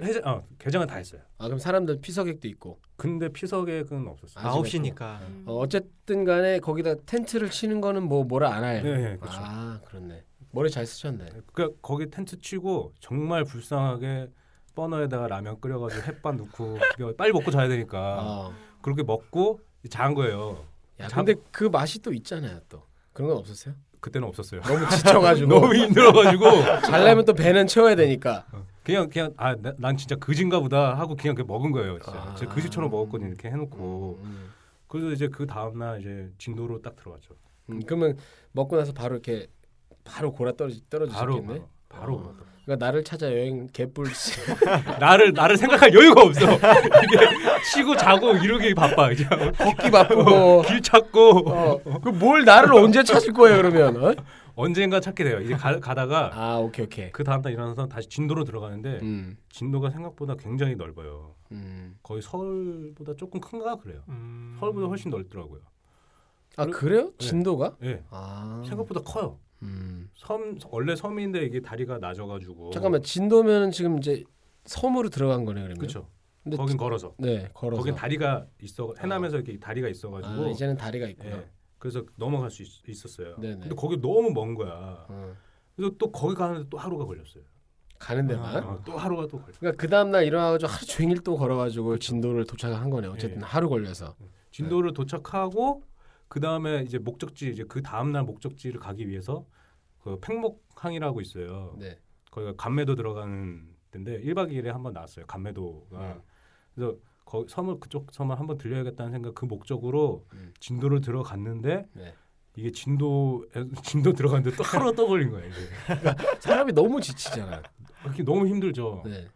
B: 해장 어, 개장은 다 했어요.
A: 아 그럼 사람들 피서객도 있고.
B: 근데 피서객은 없었어요.
A: 아,
C: 아홉 시니까.
D: 음.
B: 음.
A: 어, 어쨌든 간에 거기다 텐트를 치는 거는 뭐 뭐라 안 할.
B: 네, 네, 그렇죠.
A: 아 그렇네. 머리 잘 쓰셨네.
B: 그러니까 거기 텐트 치고 정말 불쌍하게 버너에다가 라면 끓여가지고 햇반 넣고 이거 빨리 먹고 자야 되니까
A: 아.
B: 그렇게 먹고 잔 거예요.
A: 야
B: 잡-
A: 근데 그 맛이 또 있잖아요 또. 그런 건 없었어요?
B: 그때는 없었어요.
A: 너무 지쳐가지고
B: 너무 힘들어가지고
A: 잘려면 또 배는 채워야 되니까.
B: 어. 그냥 그냥 아 난 진짜 그진가 보다 하고 그냥 그 먹은 거예요. 진짜
A: 아.
B: 진짜 그지처럼 먹었거든요. 이렇게 해놓고
A: 음.
B: 그래서 이제 그 다음 날 이제 진도로 딱 들어갔죠.
A: 음, 그러면 먹고 나서 바로 이렇게 바로 골아 떨어지
B: 바로
A: 떨어지셨겠네.
B: 바로, 바로
A: 어. 그러니까 나를 찾아 여행 개뿔 씨.
B: 나를 나를 생각할 여유가 없어. 이게 쉬고 자고 이러기 바빠. 그냥
A: 걷기 바쁘고.
B: 길 찾고
A: 어, 그뭘 나를 언제 찾을 거예요 그러면? 어?
B: 언젠가 찾게 돼요. 이제 가, 가다가
A: 아 오케이 오케이.
B: 그 다음 날 일어나서 다시 진도로 들어가는데
A: 음,
B: 진도가 생각보다 굉장히 넓어요.
A: 음.
B: 거의 서울보다 조금 큰가 그래요.
C: 음.
B: 서울보다 훨씬 넓더라고요.
A: 아 그래요? 진도가?
B: 예,
A: 아.
B: 생각보다 커요.
A: 음.
B: 섬 원래 섬인데 이게 다리가 낮아가지고
A: 잠깐만 진도면은 지금 이제 섬으로 들어간 거네 그러면.
B: 그렇죠.
A: 근데
B: 거긴 걸어서
A: 네 걸어서.
B: 거긴 다리가 있어 해남에서 이렇게 다리가 있어가지고
A: 아, 이제는 다리가 있구나.
B: 예, 그래서 넘어갈 수 있, 었어요
A: 네네.
B: 근데 거기 너무 먼 거야.
A: 어.
B: 그래서 또 거기 가는데 또 하루가 걸렸어요.
A: 가는 데만.
B: 어, 또 하루가 또 걸려.
A: 그러니까 그 다음 날 일어나가지고 하루 종일 또 걸어가지고 진도를 도착한 거네. 어쨌든
B: 예.
A: 하루 걸려서.
B: 진도를 도착하고 그 다음에 이제 목적지 이제 그 다음 날 목적지를 가기 위해서 그 팽목항이라고 있어요.
A: 네.
B: 거기가 감매도 들어가는 데인데 1박 2일에 한 번 나왔어요. 감매도가.
A: 음.
B: 그래서 거 섬을 그쪽 섬을 한번 들려야겠다는 생각 그 목적으로
A: 음.
B: 진도를 들어갔는데
A: 네.
B: 이게 진도 진도 들어갔는데 또 하루가 떠 걸린 거예요. 이게.
A: 사람이 너무 지치잖아.
B: 그게 너무 힘들죠.
A: 네.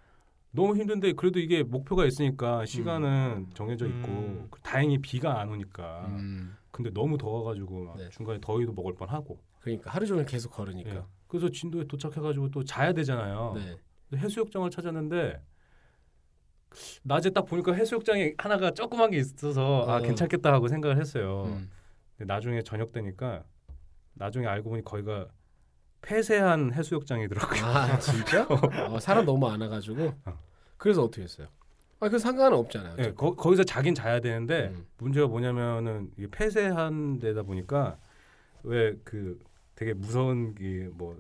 B: 너무 힘든데 그래도 이게 목표가 있으니까 시간은 정해져 있고 그
C: 음.
B: 다행히 비가 안 오니까.
A: 음.
B: 근데 너무 더워가지고 막
A: 네.
B: 중간에 더위도 먹을 뻔하고.
A: 그러니까 하루 종일 계속
B: 예.
A: 걸으니까.
B: 그래서 진도에 도착해가지고 또 자야 되잖아요.
A: 네.
B: 근데 해수욕장을 찾았는데 낮에 딱 보니까 해수욕장에 하나가 조그만 게 있어서 아
A: 어.
B: 괜찮겠다 하고 생각을 했어요.
A: 음.
B: 근데 나중에 저녁 되니까 나중에 알고 보니 거기가 폐쇄한 해수욕장이더라고요.
A: 아 진짜? 어, 사람 너무 안 와가지고.
B: 어.
A: 그래서 어떻게 했어요? 아 그 상관은 없잖아요.
B: 예, 거, 거기서 자긴 자야 되는데
A: 음.
B: 문제가 뭐냐면은 이게 폐쇄한 데다 보니까 왜 그 되게 무서운 게 뭐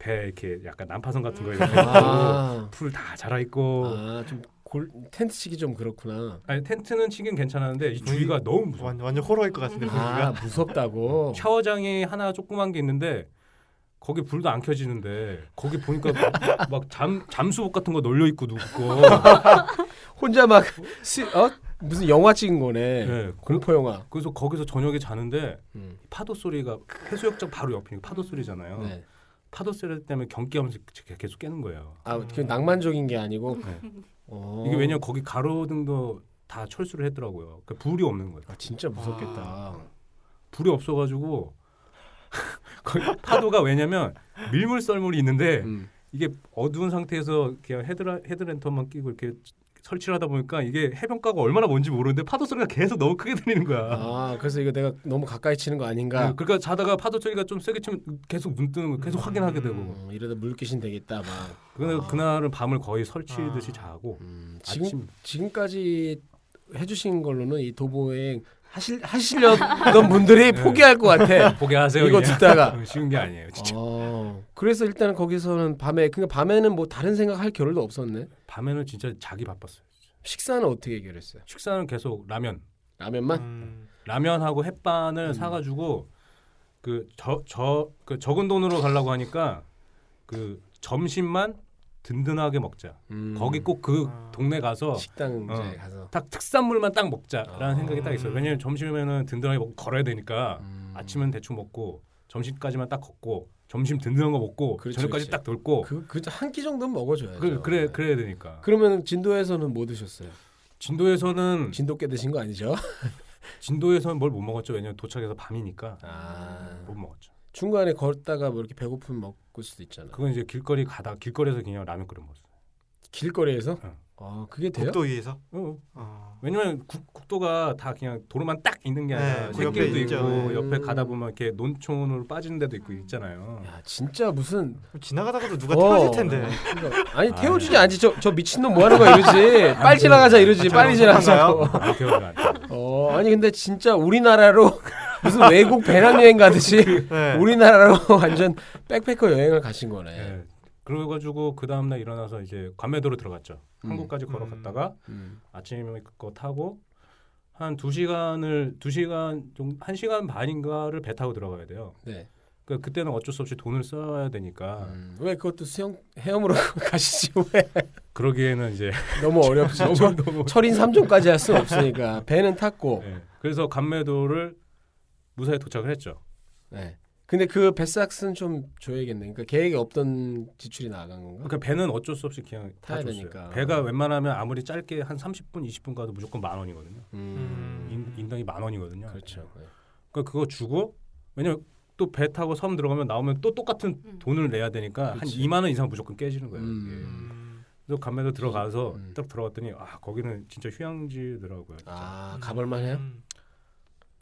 B: 배 이렇게 약간 난파선 같은 거 이렇게
A: 음. 아,
B: 풀다 자라 있고
A: 아좀골 텐트 치기 좀 그렇구나.
B: 아니 텐트는 치긴
C: 네,
B: 괜찮았는데 이 주위가 너무 무서워.
C: 완, 완전 호러일 것 같은데 분위기가
A: 아 무섭다고.
B: 음. 샤워장이 하나 조그만 게 있는데 거기 불도 안 켜지는데 거기 보니까 막 잠 잠수복 같은 거 널려 있고 누구 거.
A: 혼자 막 시, 어? 무슨 영화 찍은 거네.
B: 예, 그,
A: 공포 영화.
B: 그래서 거기서 저녁에 자는데
A: 음.
B: 파도 소리가 해수욕장 바로 옆이니까 파도 소리잖아요.
A: 네.
B: 파도 소리 때문에 경기하면서 계속 깨는 거예요.
A: 아, 그 낭만적인 게 아니고.
B: 네.
A: 어.
B: 이게 왜냐면 거기 가로등도 다 철수를 했더라고요. 그러니까 불이 없는 거예요.
A: 아, 진짜 무섭겠다.
B: 아. 불이 없어가지고 거기 파도가 왜냐면 밀물 썰물이 있는데
A: 음.
B: 이게 어두운 상태에서 그냥 헤드라, 헤드랜턴만 끼고 이렇게 설치를 하다 보니까 이게 해변가가 얼마나 먼지 모르는데 파도 소리가 계속 너무 크게 들리는 거야.
A: 아, 그래서 이거 내가 너무 가까이 치는 거 아닌가?
B: 그러니까 자다가 파도 소리가 좀 세게 치면 계속 눈 뜨는 거 계속 확인하게 되고.
A: 음, 이러다 물귀신 되겠다 막.
B: 그날 그날은 밤을 거의 설치듯이
C: 아.
B: 자고
A: 음, 지금
B: 아침
A: 지금까지 해주신 걸로는 이 도보행 하실 하시려던 분들이
B: 네.
A: 포기할 것 같아.
B: 포기하세요.
A: 이거
B: 그냥.
A: 듣다가.
B: 쉬운 게 아니에요. 진짜
A: 어, 그래서 일단 거기서는 밤에 그러니까 밤에는 뭐 다른 생각할 겨를도 없었네.
B: 밤에는 진짜 자기 바빴어요.
A: 식사는 어떻게 해결했어요?
B: 식사는 계속 라면,
A: 라면만?
C: 음,
B: 라면하고 햇반을
A: 음.
B: 사가지고 그 저 저 그 적은 돈으로 가려고 하니까 그 점심만 든든하게 먹자.
A: 음.
B: 거기 꼭 그
C: 아.
B: 동네 가서
A: 식당 이제
B: 어.
A: 가서
B: 딱 특산물만 딱 먹자라는
A: 아.
B: 생각이 딱 있어요. 왜냐면 점심에는 든든하게 먹고 걸어야 되니까
A: 음.
B: 아침은 대충 먹고 점심까지만 딱 걷고 점심 든든한 거 먹고
A: 그렇지,
B: 저녁까지
A: 그렇지.
B: 딱 돌고
A: 그그한 끼 정도는 먹어줘야죠. 네.
B: 그, 그래 그래야 되니까.
A: 그러면 진도에서는 뭐 드셨어요?
B: 진도에서는
A: 진돗개 드신 거 아니죠?
B: 음. 진도에서는 뭘 못 먹었죠. 왜냐면 도착해서 밤이니까
A: 아
B: 못 먹었죠.
A: 중간에 걷다가 뭐 이렇게 배고프면 먹을 수도 있잖아.
B: 그건 이제 길거리 가다 길거리에서 그냥 라면 끓여 먹었어요.
A: 길거리에서?
B: 어.
A: 아 그게 돼요?
C: 국도 위에서
B: 어,
C: 어.
B: 왜냐면 국, 국도가 다 그냥 도로만 딱 있는 게
C: 네,
B: 아니라
C: 그
B: 새길도
C: 옆에
B: 있고
C: 있죠.
A: 네.
B: 옆에 가다 보면 이렇게 논촌으로 빠지는 데도 있고 있잖아요.
A: 야 진짜 무슨
C: 지나가다가도 누가
A: 어.
C: 태워질 텐데
A: 그러니까, 아니
B: 아,
A: 태워주지
B: 네.
A: 않지 저, 저 미친놈 뭐 하는 거야 이러지 빨리 지나가자 아, 이러지 빨리 지나가자
C: 잠깐만요.
B: 안 태워도 안 돼.
A: 어 아니 근데 진짜 우리나라로 무슨 외국 배낭여행 가듯이
C: 네.
A: 우리나라로 완전 백패커 여행을 가신 거네
B: 예. 그래가지고 그 다음날 일어나서 이제 관매도로 들어갔죠.
A: 음.
B: 한국까지
C: 음.
B: 걸어갔다가
A: 음.
B: 아침에 그거 타고 한 두 시간을 두 시간 좀한 시간 반인가를 배 타고 들어가야 돼요.
A: 네.
B: 그 그때는 어쩔 수 없이 돈을 써야 되니까
A: 음. 왜 그것도 수영 헤엄으로 가시지 왜
B: 그러기에는 이제
A: 너무 어렵지 철-
B: 너무
A: 철인 3종까지 할 수는 없으니까 배는 탔고
B: 예. 그래서 관매도를 무사히 도착을 했죠.
A: 네. 근데 그 배삭스는 좀 줘야겠네. 그러니까 계획에 없던 지출이 나간 건가?
B: 그러니까 배는 어쩔 수 없이 그냥
A: 타야
B: 다 줬어요.
A: 되니까.
B: 배가 웬만하면 아무리 짧게 한 30분, 20분 가도 무조건 만 원이거든요.
A: 음.
B: 인, 인당이 만 원이거든요.
A: 그렇죠. 네.
B: 그러니까 그거 주고 왜냐면 또 배 타고 섬 들어가면 나오면 또 똑같은
D: 음.
B: 돈을 내야 되니까
A: 그치.
B: 한 2만 원 이상 무조건 깨지는 거예요.
A: 음.
B: 예.
C: 음.
B: 그래서 감매도 들어가서
A: 음.
B: 딱 들어갔더니 아 거기는 진짜 휴양지더라고요. 진짜.
A: 아 가볼만 해요.
C: 음.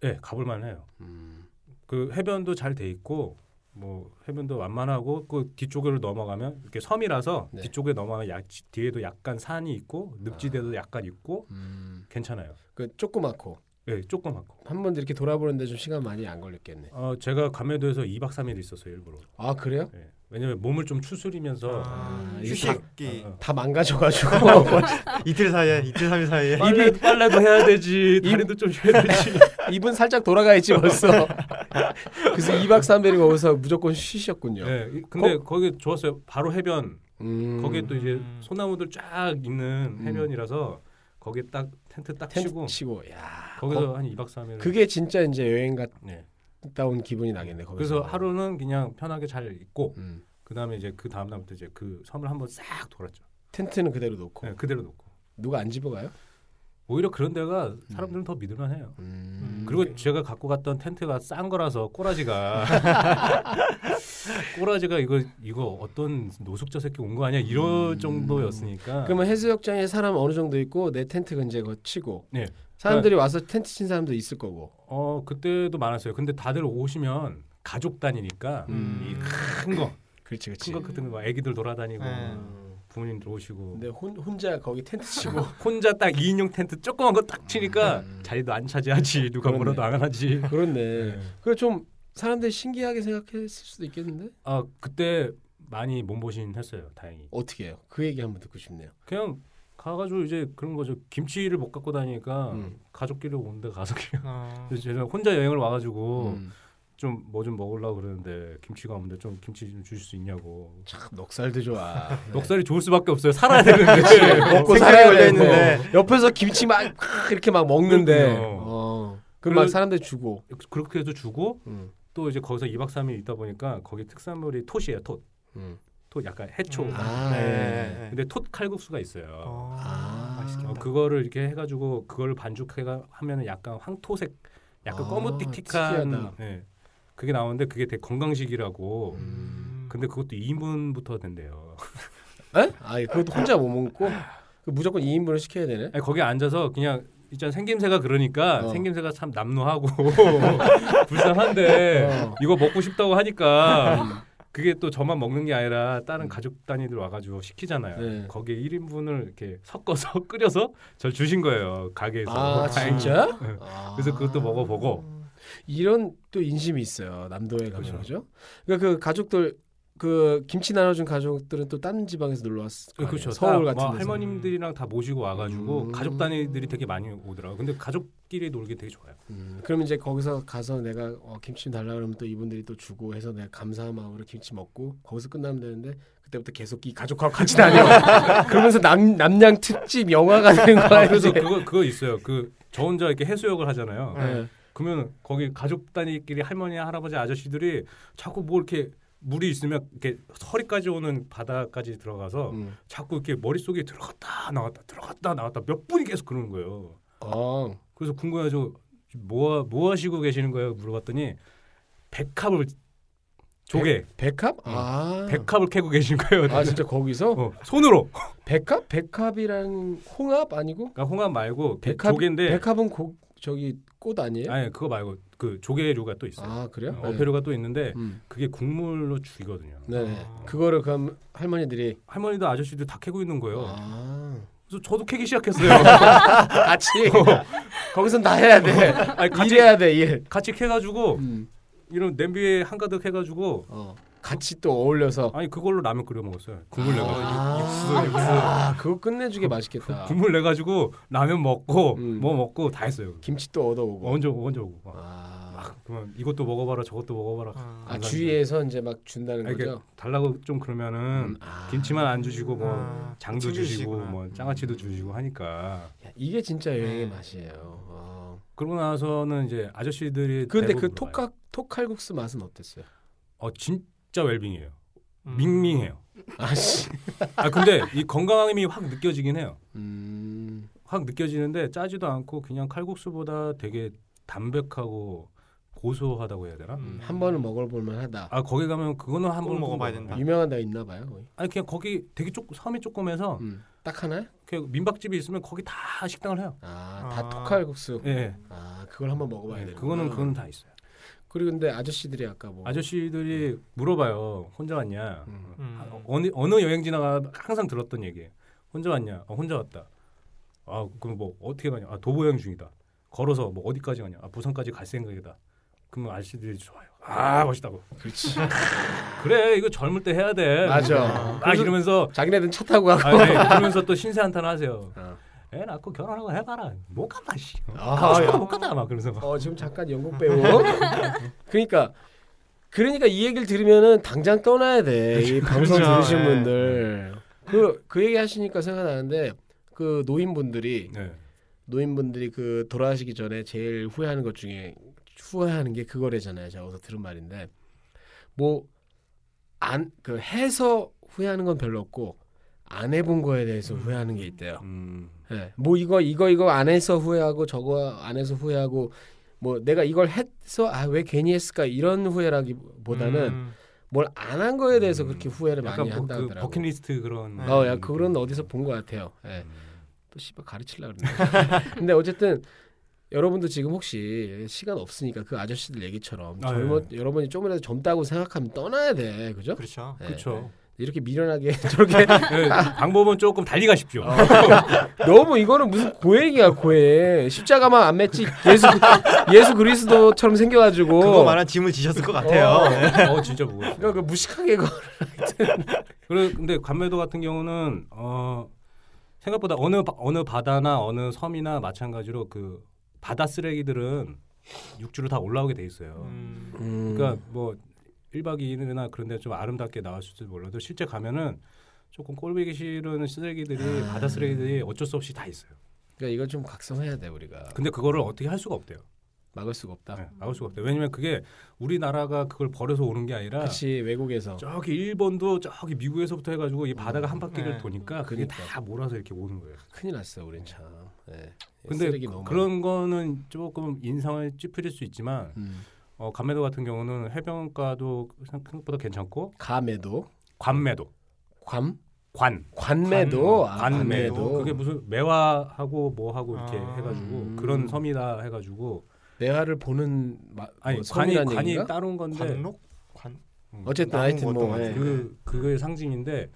B: 예, 가볼만 해요.
A: 음.
B: 그 해변도 잘 돼 있고 뭐 해변도 완만하고 그 뒤쪽으로 넘어가면 이렇게 섬이라서
A: 네.
B: 뒤쪽에 넘어가면 약, 뒤에도 약간 산이 있고
A: 아.
B: 늪지대도 약간 있고
A: 음.
B: 괜찮아요.
A: 그 조그맣고
B: 예, 조그맣고.
A: 한 번 이렇게 돌아보는데 좀 시간 많이 안 걸렸겠네.
B: 어, 제가 감매도에서 2박 3일 있었어요, 일부러.
A: 아 그래요?
B: 예. 왜냐면 몸을 좀 추스리면서
A: 아, 이게
C: 휴식기 아,
B: 어, 어.
A: 다 망가져가지고
C: 이틀 사이에 이틀 삼일 사이에
B: 입이 빨래도 해야 되지 다리도 좀 해야 되지
A: 입은 살짝 돌아가 있지 벌써. 그래서 2박 3일이 거기서 무조건 쉬셨군요.
B: 네, 이- 근데 거, 기 좋았어요 바로 해변
A: 음.
B: 거기에 또 이제
C: 음.
B: 소나무들 쫙 있는
A: 음.
B: 해변이라서 거기에 딱 텐트 어? 딱 치고 네.
A: 텐트 치고, 야.
B: 거기서
A: 거-
B: 한 2박 3일
A: 그게 진짜 이제 여행
B: 네.
A: 갔다 온 기분이 나겠네. 거기서.
B: 그래서 하루는 그냥 편하게 잘 있고
A: 음.
B: 그다음에 이제 그 다음 날부터 이제 그 섬을 한번 싹 돌았죠.
A: 텐트는 그대로 놓고
B: 네, 그대로 놓고.
A: 누가 안 집어가요?
B: 오히려 그런 데가 사람들은 더 믿을만해요.
A: 음.
B: 그리고
C: 오케이.
B: 제가 갖고 갔던 텐트가 싼 거라서 꼬라지가 꼬라지가 이거 이거 어떤 노숙자 새끼 온 거 아니야 이런
A: 음.
B: 정도였으니까
A: 그러면 해수욕장에 사람 어느 정도 있고 내 텐트 근처에 거 치고
B: 네.
A: 사람들이 와서 텐트 친 사람도 있을 거고
B: 어 그때도 많았어요. 근데 다들 오시면 가족 단위니까
C: 음.
B: 큰거큰거
A: 그렇지 그렇지. 음.
D: 큰 거.
B: 같은 거 애기들 돌아다니고
C: 네.
B: 부모님들 오시고 뭐
A: 근데 혼, 혼자 거기 텐트 치고
B: 혼자 딱 2인용 텐트 조그만 거 딱 치니까
A: 네. 음.
B: 자리도 안 차지하지 누가
A: 그렇네.
B: 뭐라도 안 하지.
A: 그렇네. 그래 좀 사람들이 신기하게 생각했을 수도 있겠는데
B: 아 그때 많이 몸보신 했어요. 다행히.
A: 어떻게 해요? 그 얘기 한번 듣고 싶네요.
B: 그냥 가가지고 이제 그런 거죠. 김치를 못 갖고 다니니까
A: 음.
B: 가족끼리 온데 가서 그냥.
C: 어,
B: 그래서 제가 혼자 여행을 와가지고
A: 음.
B: 좀 뭐 좀 먹으려고 그러는데 김치가 없는데 좀 김치 좀 주실 수 있냐고.
A: 참 아, 넉살도 좋아.
B: 넉살이 좋을 수밖에 없어요. 살아야 되는데.
A: 먹고
C: 생각이
A: 살아야
C: 걸려
A: 되는데
C: 있는데.
A: 네. 옆에서 김치 막 이렇게 막 먹는데
B: 그럼요.
A: 어. 그럼 막
B: 그리고-
A: 사람들 주고
B: 그렇게 해서 주고
A: 음.
B: 또 이제 거기서 2박 3일 있다 보니까 거기 특산물이 톳이에요. 톳.
A: 음.
B: 톳 약간 해초.
C: 음.
A: 아,
C: 네,
A: 예.
C: 네.
B: 근데 톳 칼국수가 어. 있어요.
C: 어,
A: 아.
C: 맛있겠다.
B: 어, 그거를 이렇게 해가지고 그걸 반죽해가 하면은 약간 황토색, 약간
A: 아,
B: 검은띡띡한
A: 특이하다.
B: 예, 그게 나오는데 그게 되게 건강식이라고.
C: 음.
B: 근데 그것도 2인분부터 된대요.
A: 에? 아, 그것도 혼자 못 먹고 그 무조건 2인분을 시켜야 되네.
B: 아니, 거기 앉아서 그냥 일단 생김새가 그러니까
A: 어.
B: 생김새가 참 남루하고 불쌍한데
A: 어. 음.
B: 이거 먹고 싶다고 하니까 그게 또 저만 먹는 게 아니라 다른 가족 단위들 와가지고 시키잖아요.
A: 네.
B: 거기에 1인분을 이렇게 섞어서 끓여서 절 주신 거예요 가게에서.
A: 아,
B: 다행히.
A: 진짜?
B: 네.
A: 아.
B: 그래서 그것도 먹어보고 그렇죠.
A: 이런 또 인심이 있어요. 남도에 가면
B: 그죠.
A: 그죠? 그러니까 그 가족들 그 김치 나눠준 가족들은 또 다른 지방에서 놀러 왔을 거예요.
B: 그렇죠.
A: 서울 같은
B: 딱
A: 데서.
B: 막 할머님들이랑 다 모시고 와가지고
A: 음.
B: 가족 단위들이 되게 많이 오더라고. 근데 가족끼리 놀기 되게 좋아요.
A: 음, 그럼 이제 거기서 가서 내가 어, 김치 달라 그러면 또 이분들이 또 주고 해서 내가 감사한 마음으로 김치 먹고 거기서 끝나면 되는데 그때부터 계속 이 가족하고 같이 다녀. 그러면서 남 남양 특집 영화가 되는
B: 아,
A: 거야.
B: 그래서
A: 이제.
B: 그거 그거 있어요. 그 저 혼자 이렇게 해수욕을 하잖아요.
A: 예.
B: 그러면 거기 가족 단위끼리 할머니, 할아버지, 아저씨들이 자꾸 뭐 이렇게 물이 있으면 이렇게 허리까지 오는 바다까지 들어가서
A: 음.
B: 자꾸 이렇게 머릿속에 들어갔다 나왔다 들어갔다 나왔다 몇 분이 계속 그러는 거예요.
A: 어.
B: 그래서 궁금해서 뭐, 뭐 하시고 계시는 거예요? 물어봤더니 백합을 조개
A: 백합? 아.
B: 음. 백합을 캐고 계신 거예요.
A: 아 진짜 거기서
B: 어, 손으로.
A: 백합? 백합이랑 홍합 아니고
B: 그러니까 홍합 말고 그
A: 백합-
B: 조개인데
A: 백합은 고, 저기 꽃 아니에요?
B: 아니 그거 말고 그 조개류가 또 있어요.
A: 아 그래요?
B: 어, 어패류가 또 있는데
A: 네. 음.
B: 그게 국물로 죽이거든요.
A: 네. 네.
C: 아.
A: 그거를 그럼 할머니들이
B: 할머니도 아저씨도 다 캐고 있는 거예요.
A: 아.
B: 그래서 저도 캐기 시작했어요.
A: 같이 거기선 다 해야 돼.
B: 아니 같이
A: 일해야 돼 일.
B: 같이 캐가지고
A: 음.
B: 이런 냄비에 한가득 해가지고
A: 어. 같이 또 어울려서
B: 아니 그걸로 라면 끓여 먹었어요. 국물 내가지고
A: 아,
B: 육수,
A: 야, 그거
B: 아,
A: 끝내주게 맛있겠다.
B: 국물 내가지고 라면 먹고
A: 음.
B: 뭐 먹고 다 했어요.
A: 김치 또 얻어오고.
B: 언제 오고 언제 오고 막
A: 아,
B: 그만 이것도 먹어봐라 저것도 먹어봐라.
C: 아.
A: 아 주위에서 이제 막 준다는
B: 아, 이게
A: 거죠.
B: 달라고 좀 그러면은 음,
A: 아,
B: 김치만 안 주시고 뭐
C: 아,
B: 장도 주시고
C: 챙겨주시구나.
B: 뭐 장아찌도
A: 음.
B: 주시고 하니까
A: 야, 이게 진짜 여행의
C: 네.
A: 맛이에요. 어.
B: 그러고 나서는 이제 아저씨들이
A: 근데 그
B: 대부분 와요.
A: 톡각 톡칼국수 맛은 어땠어요?
B: 어 진짜 웰빙이에요.
C: 음.
B: 밍밍해요.
A: 아씨.
B: 아 근데 이 건강함이 확 느껴지긴 해요.
A: 음.
B: 확 느껴지는데 짜지도 않고 그냥 칼국수보다 되게 담백하고 고소하다고 해야 되나?
C: 음.
A: 한 번은 먹어볼 만하다.
B: 아 거기 가면 그거는 한
C: 꼭
B: 번
C: 먹어봐야 된다.
A: 유명한 데가 있나 봐요. 거기.
B: 아니 그냥 거기 되게 조금 섬이 조금해서
A: 음. 딱 하나?
B: 그냥 민박집이 있으면 거기 다 식당을 해요.
A: 아, 다
C: 아.
A: 톡칼국수.
B: 예, 예.
A: 아, 그걸 한번 먹어봐야
B: 예,
A: 되는.
B: 그거는 그건 다 있어요.
A: 그리고 근데 아저씨들이 아까 뭐
B: 아저씨들이 물어봐요. 혼자 왔냐?
A: 음.
C: 음.
B: 아, 어느 어느 여행지 나가 항상 들었던 얘기예요. 혼자 왔냐? 아, 혼자 왔다. 아 그럼 뭐 어떻게 가냐? 아 도보 여행 중이다. 걸어서 뭐 어디까지 가냐? 아 부산까지 갈 생각이다. 그러면 아저씨들이 좋아요. 아 멋있다고.
A: 그렇지.
B: 그래 이거 젊을 때 해야 돼.
A: 맞아.
B: 아 이러면서
A: 자기네들은 차 타고 가고.
B: 아, 네, 그러면서 또 신세 한탄하세요.
A: 어.
B: 애 낳고 결혼하고 해봐라. 못 간다 씨.
A: 아,
B: 가고
A: 야.
B: 싶어도 못 간다 막 그러면서 막.
A: 어 지금 잠깐 영국 배우. 그러니까 그러니까 이 얘기를 들으면은 당장 떠나야 돼. 이 방송
C: 그렇죠.
A: 들으신
B: 네.
C: 예.
A: 분들. 그 그 얘기 하시니까 생각나는데 그 노인분들이
B: 네.
A: 노인분들이 그 돌아가시기 전에 제일 후회하는 것 중에 후회하는 게 그거래잖아요. 제가 어디서 들은 말인데 뭐 안 안 그 해서 후회하는 건 별로 없고 안 해본 거에 대해서
C: 음.
A: 후회하는 게 있대요.
B: 음.
A: 예. 뭐 이거 이거 이거 안 해서 후회하고 저거 안 해서 후회하고 뭐 내가 이걸 해서 아 왜 괜히 했을까 이런 후회라기보다는
C: 음.
A: 뭘 안 한 거에 대해서
B: 음.
A: 그렇게 후회를
B: 약간
A: 많이
B: 뭐,
A: 한다
B: 그
A: 하더라고.
B: 버킷리스트 그런.
C: 네.
A: 어, 야 그거는 어디서 본 것 같아요. 예.
B: 음.
A: 또 씨발 가르치려 그러네. 근데 어쨌든 여러분도 지금 혹시 시간 없으니까 그 아저씨들 얘기처럼
B: 아,
A: 젊어 여러분이 조금이라도 젊다고 생각하면 떠나야 돼, 그죠?
C: 그렇죠.
A: 예.
B: 그렇죠.
A: 이렇게 미련하게 저렇게
B: 예, 방법은 조금 달리 가십시오.
A: 어, 너무 이거는 무슨 고액이야 고액 십자가만 안 맺지 예수 예수 그리스도처럼 생겨가지고
C: 그거 말한 짐을 지셨을 것 같아요. 네.
B: 어 진짜 무거워.
A: 그러니까 그 무식하게 그
B: 그래 근데 감매도 같은 경우는 어 생각보다 어느 바, 어느 바다나 어느 섬이나 마찬가지로 그 바다 쓰레기들은 육지로 다 올라오게 돼 있어요.
C: 음.
B: 그러니까 뭐 1박 2일이나 그런데 좀 아름답게 나왔을지 몰라도 실제 가면은 조금 꼴보기 싫은 쓰레기들이
A: 아.
B: 바다 쓰레기들이 어쩔 수 없이 다 있어요.
A: 그러니까 이걸 좀 각성해야 돼 우리가
B: 근데 그거를 어떻게 할 수가 없대요.
A: 막을 수가 없다.
B: 네, 나올 수가 없대요. 왜냐면 그게 우리나라가 그걸 버려서 오는 게 아니라
A: 같이 외국에서
B: 저기 일본도 저기 미국에서부터 해가지고 이 바다가 한 바퀴를
C: 네.
B: 도니까 그게
A: 그러니까.
B: 다 몰아서 이렇게 오는 거예요.
A: 큰일 났어 우린 참. 예.
B: 근데
A: 쓰레기
B: 그-
A: 너무
B: 그런 거는 조금 인상을 찌푸릴 수 있지만
A: 많아. 음.
B: 어, 감매도 같은 경우는 해변가도 생각보다 괜찮고
A: 감에도
B: 관매도
A: 관
B: 관
A: 관매도 아,
B: 관매도
A: 관매도.
B: 그게 무슨 매화하고 뭐하고 이렇게
C: 아.
B: 해가지고
A: 음.
B: 그런 섬이다 해가지고
A: 매화를 보는 마,
B: 아니
A: 뭐
B: 관이
A: 섬이라는
B: 관이
A: 얘기인가?
B: 따로 온 건데
C: 관록? 관?
B: 음.
A: 어쨌든
C: 나온
A: 하여튼
C: 것도
A: 뭐 예.
C: 같은데.
B: 그 그거의 상징인데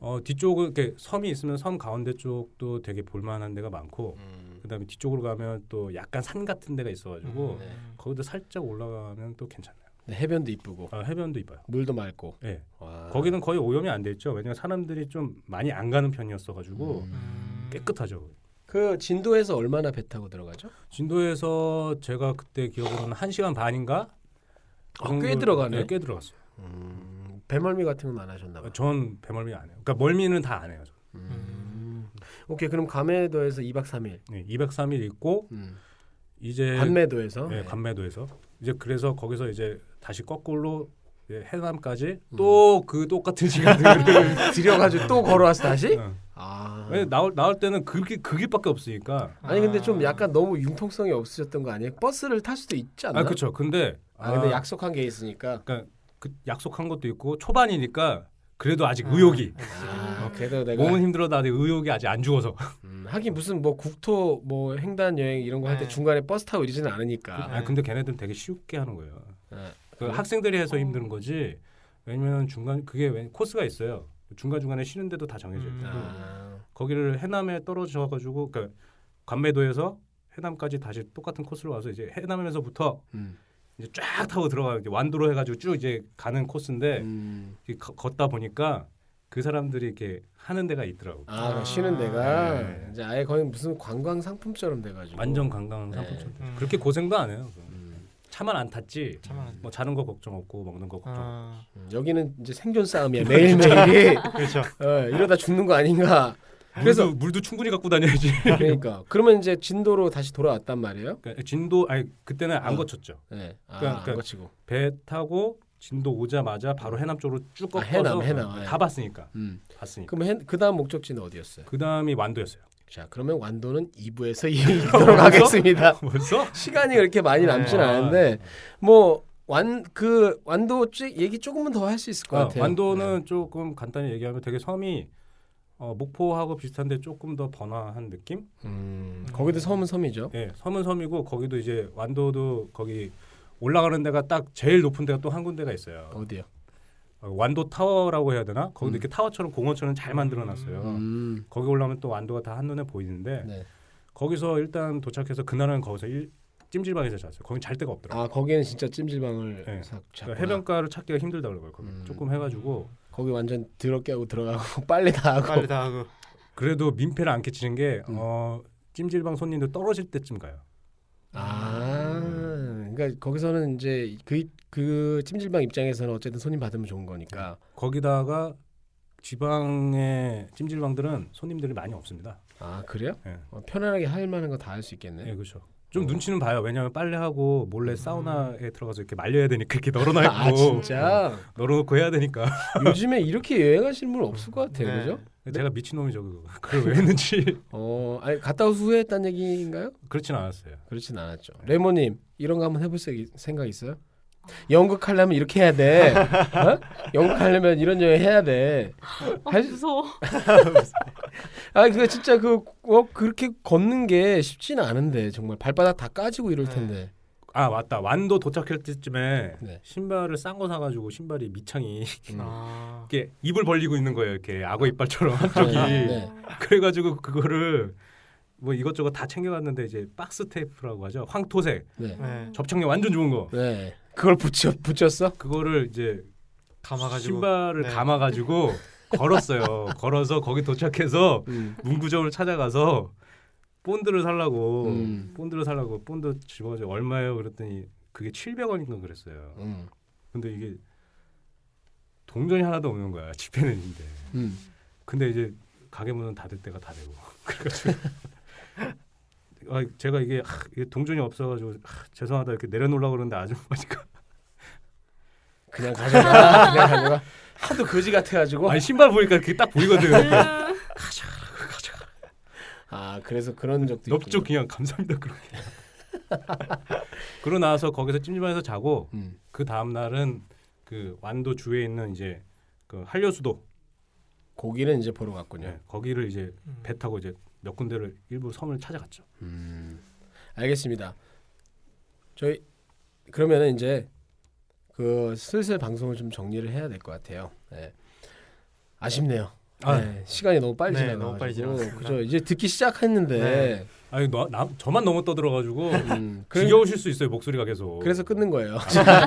B: 어 뒤쪽은 이렇게 섬이 있으면 섬 가운데 쪽도 되게 볼만한 데가 많고 그다음에 뒤쪽으로 가면 또 약간 산 같은 데가 있어가지고
A: 음, 네.
B: 거기도 살짝 올라가면 또 괜찮아요.
A: 근데 해변도 이쁘고
B: 아, 해변도 이뻐요.
A: 물도 맑고.
B: 예.
A: 와.
B: 거기는 거의 오염이 안 돼 있죠. 왜냐면 사람들이 좀 많이 안 가는 편이었어가지고
C: 음.
B: 깨끗하죠.
A: 그 진도에서 얼마나 배 타고 들어가죠?
B: 진도에서 제가 그때 기억으로는 한 시간 반인가
A: 아, 꽤 들어가네. 아,
B: 네, 꽤 들어갔어요.
A: 음, 배멀미 같은 건 안 하셨나 봐요.
B: 전 배멀미 안 해요. 그러니까 멀미는 다 안 해요. 저는.
A: 음. 오케이 그럼 감매도에서 2박 3일.
B: 네, 203일 있고
A: 음.
B: 이제
A: 관매도에서
B: 네,
A: 네.
B: 관매도에서 이제 그래서 거기서 이제 다시 거꾸로 이제 해남까지
A: 음.
B: 또 그 똑같은
A: 아,
B: 시간을
A: 들여가지고 또 걸어와서 다시.
B: 응.
A: 아.
B: 네. 왜 나올 나올 때는 그렇게 그 길밖에 없으니까
A: 아니 근데 좀
C: 아.
A: 약간 너무 융통성이 없으셨던 거 아니에요? 버스를 탈 수도 있지 않나?
B: 아 그렇죠. 근데
A: 네. 아, 근데
B: 아,
A: 약속한 게 있으니까.
B: 그 약속한 것도 있고 초반이니까 그래도 아직
C: 아.
B: 의욕이
A: 아, 그래도 내가
B: 몸은 힘들어도 아직 의욕이 아직 안 죽어서
A: 음, 하긴 무슨 뭐 국토 뭐 횡단 여행 이런 거 할 때
C: 네.
A: 중간에 버스 타고 이러지는 않으니까.
B: 아, 근데 걔네들은 되게 쉽게 하는 거예요.
A: 네.
B: 그
A: 그래요?
B: 학생들이 해서
D: 어.
B: 힘든 거지. 왜냐면 중간 그게 왜 코스가 있어요. 중간 중간에 쉬는 데도 다 정해져 있고
A: 아.
B: 거기를 해남에 떨어져 가지고 그러니까 관매도에서 해남까지 다시 똑같은 코스로 와서 이제 해남에서부터
A: 음.
B: 이제 쫙 타고 들어가는 게 완도로 해가지고 쭉 이제 가는 코스인데
A: 음.
B: 이렇게 거- 걷다 보니까 그 사람들이 이렇게 하는 데가 있더라고.
A: 아, 그러니까
C: 아.
A: 쉬는 데가
B: 네.
A: 이제 아예 거의 무슨 관광 상품처럼 돼가지고.
B: 완전 관광
A: 네.
B: 상품처럼 돼.
C: 음.
B: 그렇게 고생도 안 해요.
A: 음.
B: 차만 안 탔지.
C: 참아.
B: 뭐 자는 거 걱정 없고 먹는 거 걱정. 없고.
C: 아,
A: 음, 여기는 이제 생존 싸움이야 매일 매일이.
C: 그렇죠.
A: 어, 이러다 죽는 거 아닌가.
B: 그래서 물도 충분히 갖고 다녀야지.
A: 그러니까 그러면 이제 진도로 다시 돌아왔단 말이에요.
B: 그러니까 진도 아니 그때는 안
A: 어.
B: 거쳤죠.
A: 네. 아,
B: 그러니까-
A: 안 거치고.
B: 배 타고 진도 오자마자 바로 해남 쪽으로 쭉
A: 아,
B: 꺾어서
A: 해남, 해남, 예.
B: 다 봤으니까
A: 음.
B: 봤으니까
A: 그럼 그 다음 목적지는 어디였어요?
B: 그 다음이 완도였어요.
A: 자, 그러면 완도는 2부에서 이도록 하겠습니다.
B: 벌써?
A: 시간이 그렇게 많이 남진
B: 네.
A: 않은데 뭐 완 그 완도 쪽 얘기 조금은 더 할 수 있을 것
B: 어,
A: 같아요.
B: 완도는 조금 간단히 얘기하면 되게 섬이 어, 목포하고 비슷한데 조금 더 번화한 느낌?
A: 네. 음, 거기도 섬은 섬이죠.
B: 예, 섬은 섬이고 거기도 이제 완도도 거기 올라가는 데가 딱 제일 높은 데가 또 한 군데가 있어요.
A: 어디요?
B: 어, 완도 타워라고 해야 되나? 거기도
A: 음.
B: 이렇게 타워처럼 공원처럼 잘 만들어놨어요.
A: 음,
B: 거기 올라오면 또 완도가 다 한눈에 보이는데
A: 네.
B: 거기서 일단 도착해서 그날은 거기서 일, 찜질방에서 잤어요. 거기 잘 데가 없더라고요.
A: 아 거기는 진짜 찜질방을
B: 네.
A: 싹 잡고
B: 그러니까 해변가를 찾기가 힘들다 그러고요. 거기
A: 음.
B: 조금 해가지고
A: 거기 완전 더럽게 하고 들어가고 빨래 다 하고
C: 빨리 다 하고.
B: 그래도 민폐를 안 끼치는 게
A: 음.
B: 어, 찜질방 손님들 떨어질 때쯤 가요.
A: 아, 그러니까 거기서는 이제 그, 그 찜질방 입장에서는 어쨌든 손님 받으면 좋은 거니까.
B: 거기다가 지방의 찜질방들은 손님들이 많이 없습니다.
A: 아 그래요?
B: 예.
A: 어, 편안하게 할 만한 거 다 할 수 있겠네.
B: 예, 그렇죠. 좀 눈치는 봐요. 왜냐하면 빨래하고 몰래 사우나에 들어가서 이렇게 말려야 되니까 이렇게 널어놔 있고
A: 아 진짜
B: 널어놓고 해야 되니까
A: 요즘에 이렇게 여행하실 분 없을 것 같아요,
C: 네.
A: 그죠?
B: 제가 미친놈이죠 그거. 그걸 왜 했는지
A: 어, 아니 갔다 와서 후회했다는 얘기인가요?
B: 그렇진 않았어요.
A: 그렇진 않았죠. 레모님 이런 거 한번 해볼 세- 생각 있어요? 연극 하려면 이렇게 해야 돼. 어? 연극 하려면 이런 여행 해야 돼.
D: 아,
A: 할-
D: 무서워.
A: 아, 그 진짜 그 어, 그렇게 걷는 게 쉽지는 않은데 정말 발바닥 다 까지고 이럴
C: 네.
A: 텐데.
B: 아 맞다. 완도 도착할 때쯤에
A: 네.
B: 신발을 싼 거 사가지고 신발이 밑창이
A: 음.
C: 아,
B: 이렇게 입을 벌리고 있는 거예요. 이렇게 악어 이빨처럼 한쪽이.
A: 네, 네.
B: 그래가지고 그거를 뭐 이것저것 다 챙겨갔는데 이제 박스 테이프라고 하죠. 황토색
A: 네.
C: 네.
B: 접착력 완전 좋은 거.
A: 네. 그걸 붙여 붙였어?
B: 그거를 이제
C: 감아가지고
B: 신발을
C: 네.
B: 감아가지고 걸었어요. 걸어서 거기 도착해서
A: 음.
B: 문구점을 찾아가서 본드를 살라고
A: 음.
B: 본드를 살라고 본드 집어서 얼마예요? 그랬더니 그게 700원인가 그랬어요.
A: 음.
B: 근데 이게 동전이 하나도 없는 거야. 지폐는인데.
A: 음.
B: 근데 이제 가게 문은 닫을 때가 다 되고 그래가지고 아, 제가 이게, 하, 이게 동전이 없어가지고 하, 죄송하다 이렇게 내려놓으려고 그러는데 아줌마니까
A: 그냥 가져가. 그냥 가져가. 하도 거지 같아 가지고.
B: 아니 신발 보니까 그게 딱 보이거든 요
A: 아, 그래서 그런 적도 있고.
B: 옆쪽 그냥 감사합니다 그렇게 그러고 나서 거기서 찜질방에서 자고
A: 음.
B: 그 다음 날은 그 완도 주에 있는 이제 그 한려수도
A: 고기는 이제 보러 갔군요.
B: 네, 거기를 이제
C: 음.
B: 배 타고 이제 몇 군데를 일부 섬을 찾아갔죠.
A: 음, 알겠습니다. 저희 그러면은 이제 그 슬슬 방송을 좀 정리를 해야 될 것 같아요. 네. 아쉽네요.
B: 아.
A: 네, 시간이 너무 빨리
C: 네,
A: 지나가
C: 너무 빨리 지나갔습니다. 네.
A: 그죠? 이제 듣기 시작했는데
B: 아니 너, 나, 저만 너무 떠들어가지고
A: 음, 그래-
B: 지겨우실 수 있어요 목소리가 계속.
A: 그래서 끊는 거예요.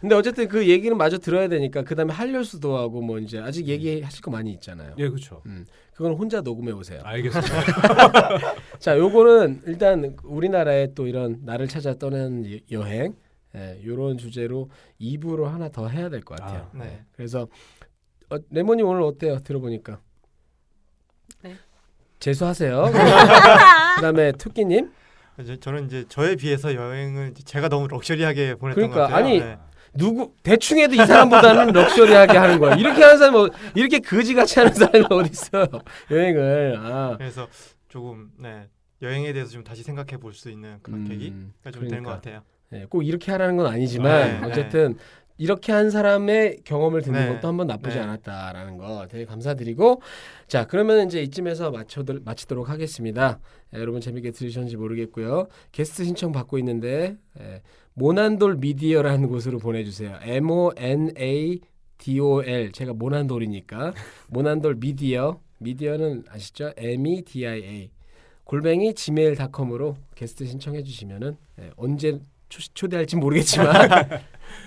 A: 근데 어쨌든 그 얘기는 마저 들어야 되니까 그다음에 한려수도 하고 뭐 이제 아직 얘기하실 거 많이 있잖아요.
C: 네.
B: 예 그렇죠.
A: 그건 혼자 녹음해 오세요.
B: 알겠습니다.
A: 자, 요거는 일단 우리나라의 또 이런 나를 찾아 떠나는 여- 여행 예, 요런 주제로 2부로 하나 더 해야 될 것 같아요.
C: 아, 네.
A: 예, 그래서 어, 레몬님 오늘 어때요? 들어보니까.
D: 네.
A: 재수하세요. 그다음에 투끼님.
C: 이제 저는 이제 저에 비해서 여행을 이제 제가 너무 럭셔리하게 보냈던
A: 그러니까,
C: 것 같아요.
A: 아니,
C: 네.
A: 누구 대충 해도 이 사람보다는 럭셔리하게 하는 거야. 이렇게 하는 사람 어, 이렇게 거지같이 하는 사람이 어디 있어요? 여행을. 아.
C: 그래서 조금 네 여행에 대해서 좀 다시 생각해 볼 수 있는 그런 계기가
A: 음,
C: 좀 된 것 같아요.
A: 예, 꼭 이렇게 하라는 건 아니지만
C: 네,
A: 어쨌든 이렇게 한 사람의 경험을 듣는
C: 네,
A: 것도 한번 나쁘지
C: 네.
A: 않았다라는 거 되게 감사드리고 자 그러면 이제 이쯤에서 마쳐들, 마치도록 하겠습니다 예, 여러분 재밌게 들으셨는지 모르겠고요 게스트 신청 받고 있는데 예, 모난돌 미디어라는 곳으로 보내주세요 M O N A D O L 제가 모난돌이니까 모난돌 미디어 미디어는 아시죠 M E D I A 골뱅이 gmail.com으로 게스트 신청해 주시면은 예, 언제 초, 초대할지 모르겠지만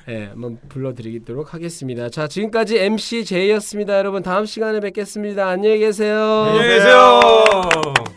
A: 예, 한번 불러드리도록 하겠습니다. 자 지금까지
B: 네,
A: MC 제이였습니다. 여러분 다음 시간에 뵙겠습니다. 안녕히 계세요.
B: 안녕히 계세요.